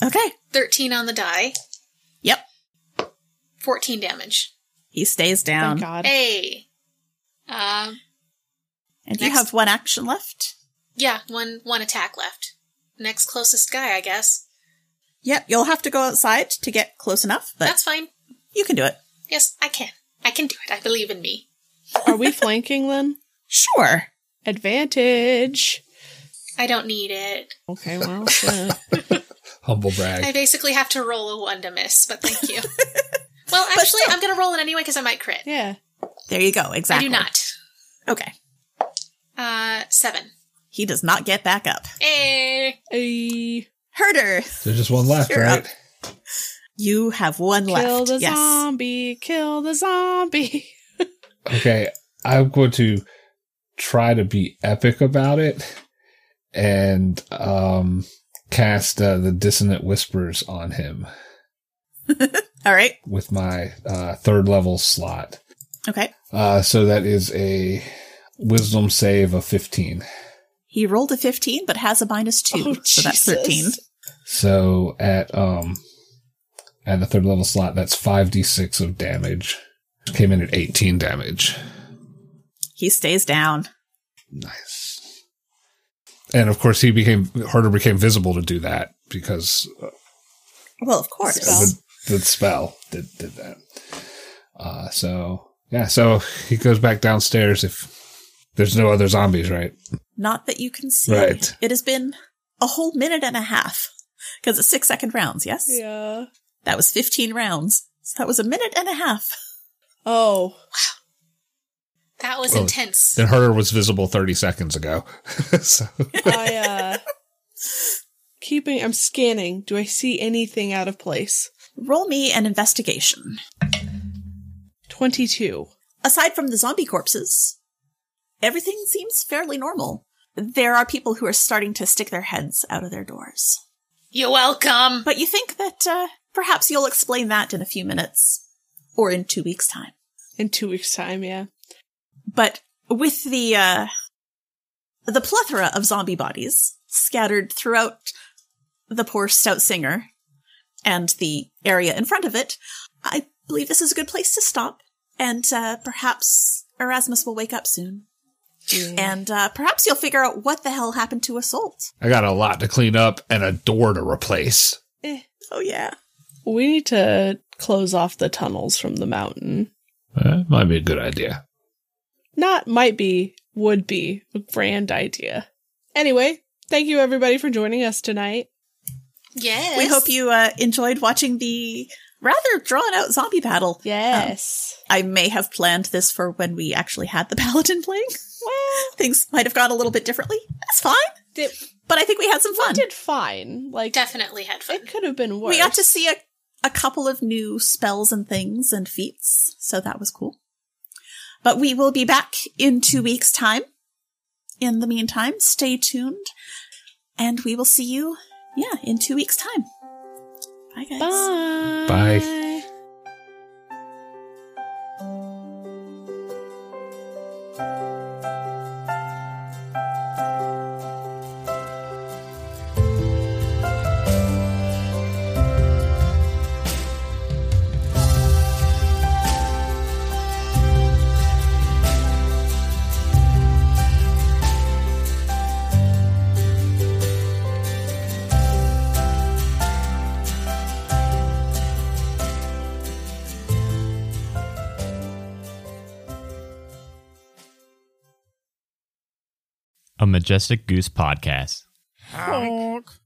[SPEAKER 1] Okay.
[SPEAKER 2] 13 on the die,
[SPEAKER 1] Yep.
[SPEAKER 2] 14 damage.
[SPEAKER 1] He stays down.
[SPEAKER 3] Thank God.
[SPEAKER 2] Hey. Um,
[SPEAKER 1] And you
[SPEAKER 2] Next.
[SPEAKER 1] have one action left.
[SPEAKER 2] yeah, one one attack left. Next closest guy, I guess.
[SPEAKER 1] Yep. You'll have to go outside to get close enough, but
[SPEAKER 2] That's fine.
[SPEAKER 1] you can do it.
[SPEAKER 2] Yes, I can. I can do it. I believe in me.
[SPEAKER 3] Are we flanking then?
[SPEAKER 1] Sure.
[SPEAKER 3] Advantage.
[SPEAKER 2] I don't need it.
[SPEAKER 3] Okay, well, shit.
[SPEAKER 4] Humble brag.
[SPEAKER 2] I basically have to roll a one to miss, but thank you. well, actually, I'm going to roll it anyway because I might crit.
[SPEAKER 3] yeah.
[SPEAKER 1] There you go.
[SPEAKER 2] I
[SPEAKER 1] Exactly.
[SPEAKER 2] do not.
[SPEAKER 1] Okay.
[SPEAKER 2] Uh, seven. Eh,
[SPEAKER 1] He does not get back up.
[SPEAKER 2] Hey.
[SPEAKER 3] Ay.
[SPEAKER 1] Herder,
[SPEAKER 4] There's just one left,
[SPEAKER 1] You're
[SPEAKER 4] right?
[SPEAKER 1] up. You have one
[SPEAKER 3] Kill
[SPEAKER 1] left.
[SPEAKER 3] the
[SPEAKER 1] yes.
[SPEAKER 3] zombie. Kill the zombie.
[SPEAKER 4] Okay, I'm going to try to be epic about it and um cast uh, the dissonant whispers on him
[SPEAKER 1] All right.
[SPEAKER 4] with my uh third level slot.
[SPEAKER 1] Okay.
[SPEAKER 4] Uh so that is a wisdom save of 15.
[SPEAKER 1] He rolled a 15, but has a minus two.
[SPEAKER 3] Oh,
[SPEAKER 1] so that's 13.
[SPEAKER 3] Jesus.
[SPEAKER 4] So at um at the third level slot that's 5d6 of damage. Came in at 18 damage.
[SPEAKER 1] He stays down.
[SPEAKER 4] Nice. And of course, he became Herder became visible to do that because
[SPEAKER 1] Well, of course.
[SPEAKER 4] the, the spell did, did that. Uh, so yeah, so he goes back downstairs if there's no other zombies, right?
[SPEAKER 1] Not that you can see.
[SPEAKER 4] Right.
[SPEAKER 1] It has been a whole minute and a half because it's six second rounds. Yes.
[SPEAKER 3] Yeah.
[SPEAKER 1] That was 15 rounds. So that was a minute and a half.
[SPEAKER 3] Oh.
[SPEAKER 2] That was
[SPEAKER 4] Well,
[SPEAKER 2] intense.
[SPEAKER 4] Then Herder was visible 30 seconds ago. so
[SPEAKER 3] I uh keeping I'm scanning. Do I see anything out of place?
[SPEAKER 1] Roll me an investigation.
[SPEAKER 3] 22.
[SPEAKER 1] Aside from the zombie corpses, everything seems fairly normal. There are people who are starting to stick their heads out of their doors.
[SPEAKER 2] You're welcome.
[SPEAKER 1] But you think that uh, perhaps you'll explain that in a few minutes or in two weeks' time.
[SPEAKER 3] In 2 weeks time, yeah.
[SPEAKER 1] But with the uh, the plethora of zombie bodies scattered throughout the poor stout singer and the area in front of it, I believe this is a good place to stop. And uh, perhaps Erasmus will wake up soon, and uh, perhaps you'll figure out what the hell happened to Assault.
[SPEAKER 4] I got a lot to clean up and a door to replace.
[SPEAKER 1] Oh yeah,
[SPEAKER 3] We need to close off the tunnels from the mountain.
[SPEAKER 4] That might be a good idea.
[SPEAKER 3] Not might be, would be a grand idea. Anyway, thank you everybody for joining us tonight.
[SPEAKER 2] Yes.
[SPEAKER 1] we hope you uh, enjoyed watching the rather drawn out zombie battle.
[SPEAKER 3] Yes.
[SPEAKER 1] I may have planned this for when we actually had the paladin playing. Things might have gone a little bit differently. That's fine.
[SPEAKER 3] did,
[SPEAKER 1] But I think we had some
[SPEAKER 3] we
[SPEAKER 1] fun.
[SPEAKER 3] did fine. Like
[SPEAKER 2] definitely had fun.
[SPEAKER 3] it could have been worse.
[SPEAKER 1] We got to see a, a couple of new spells and things and feats, so that was cool. But we will be back in two weeks' time. In the meantime, stay tuned, and we will see you, yeah, in two weeks' time. Bye, guys.
[SPEAKER 3] Bye.
[SPEAKER 4] Bye.
[SPEAKER 6] A Majestic Goose podcast.
[SPEAKER 7] Honk.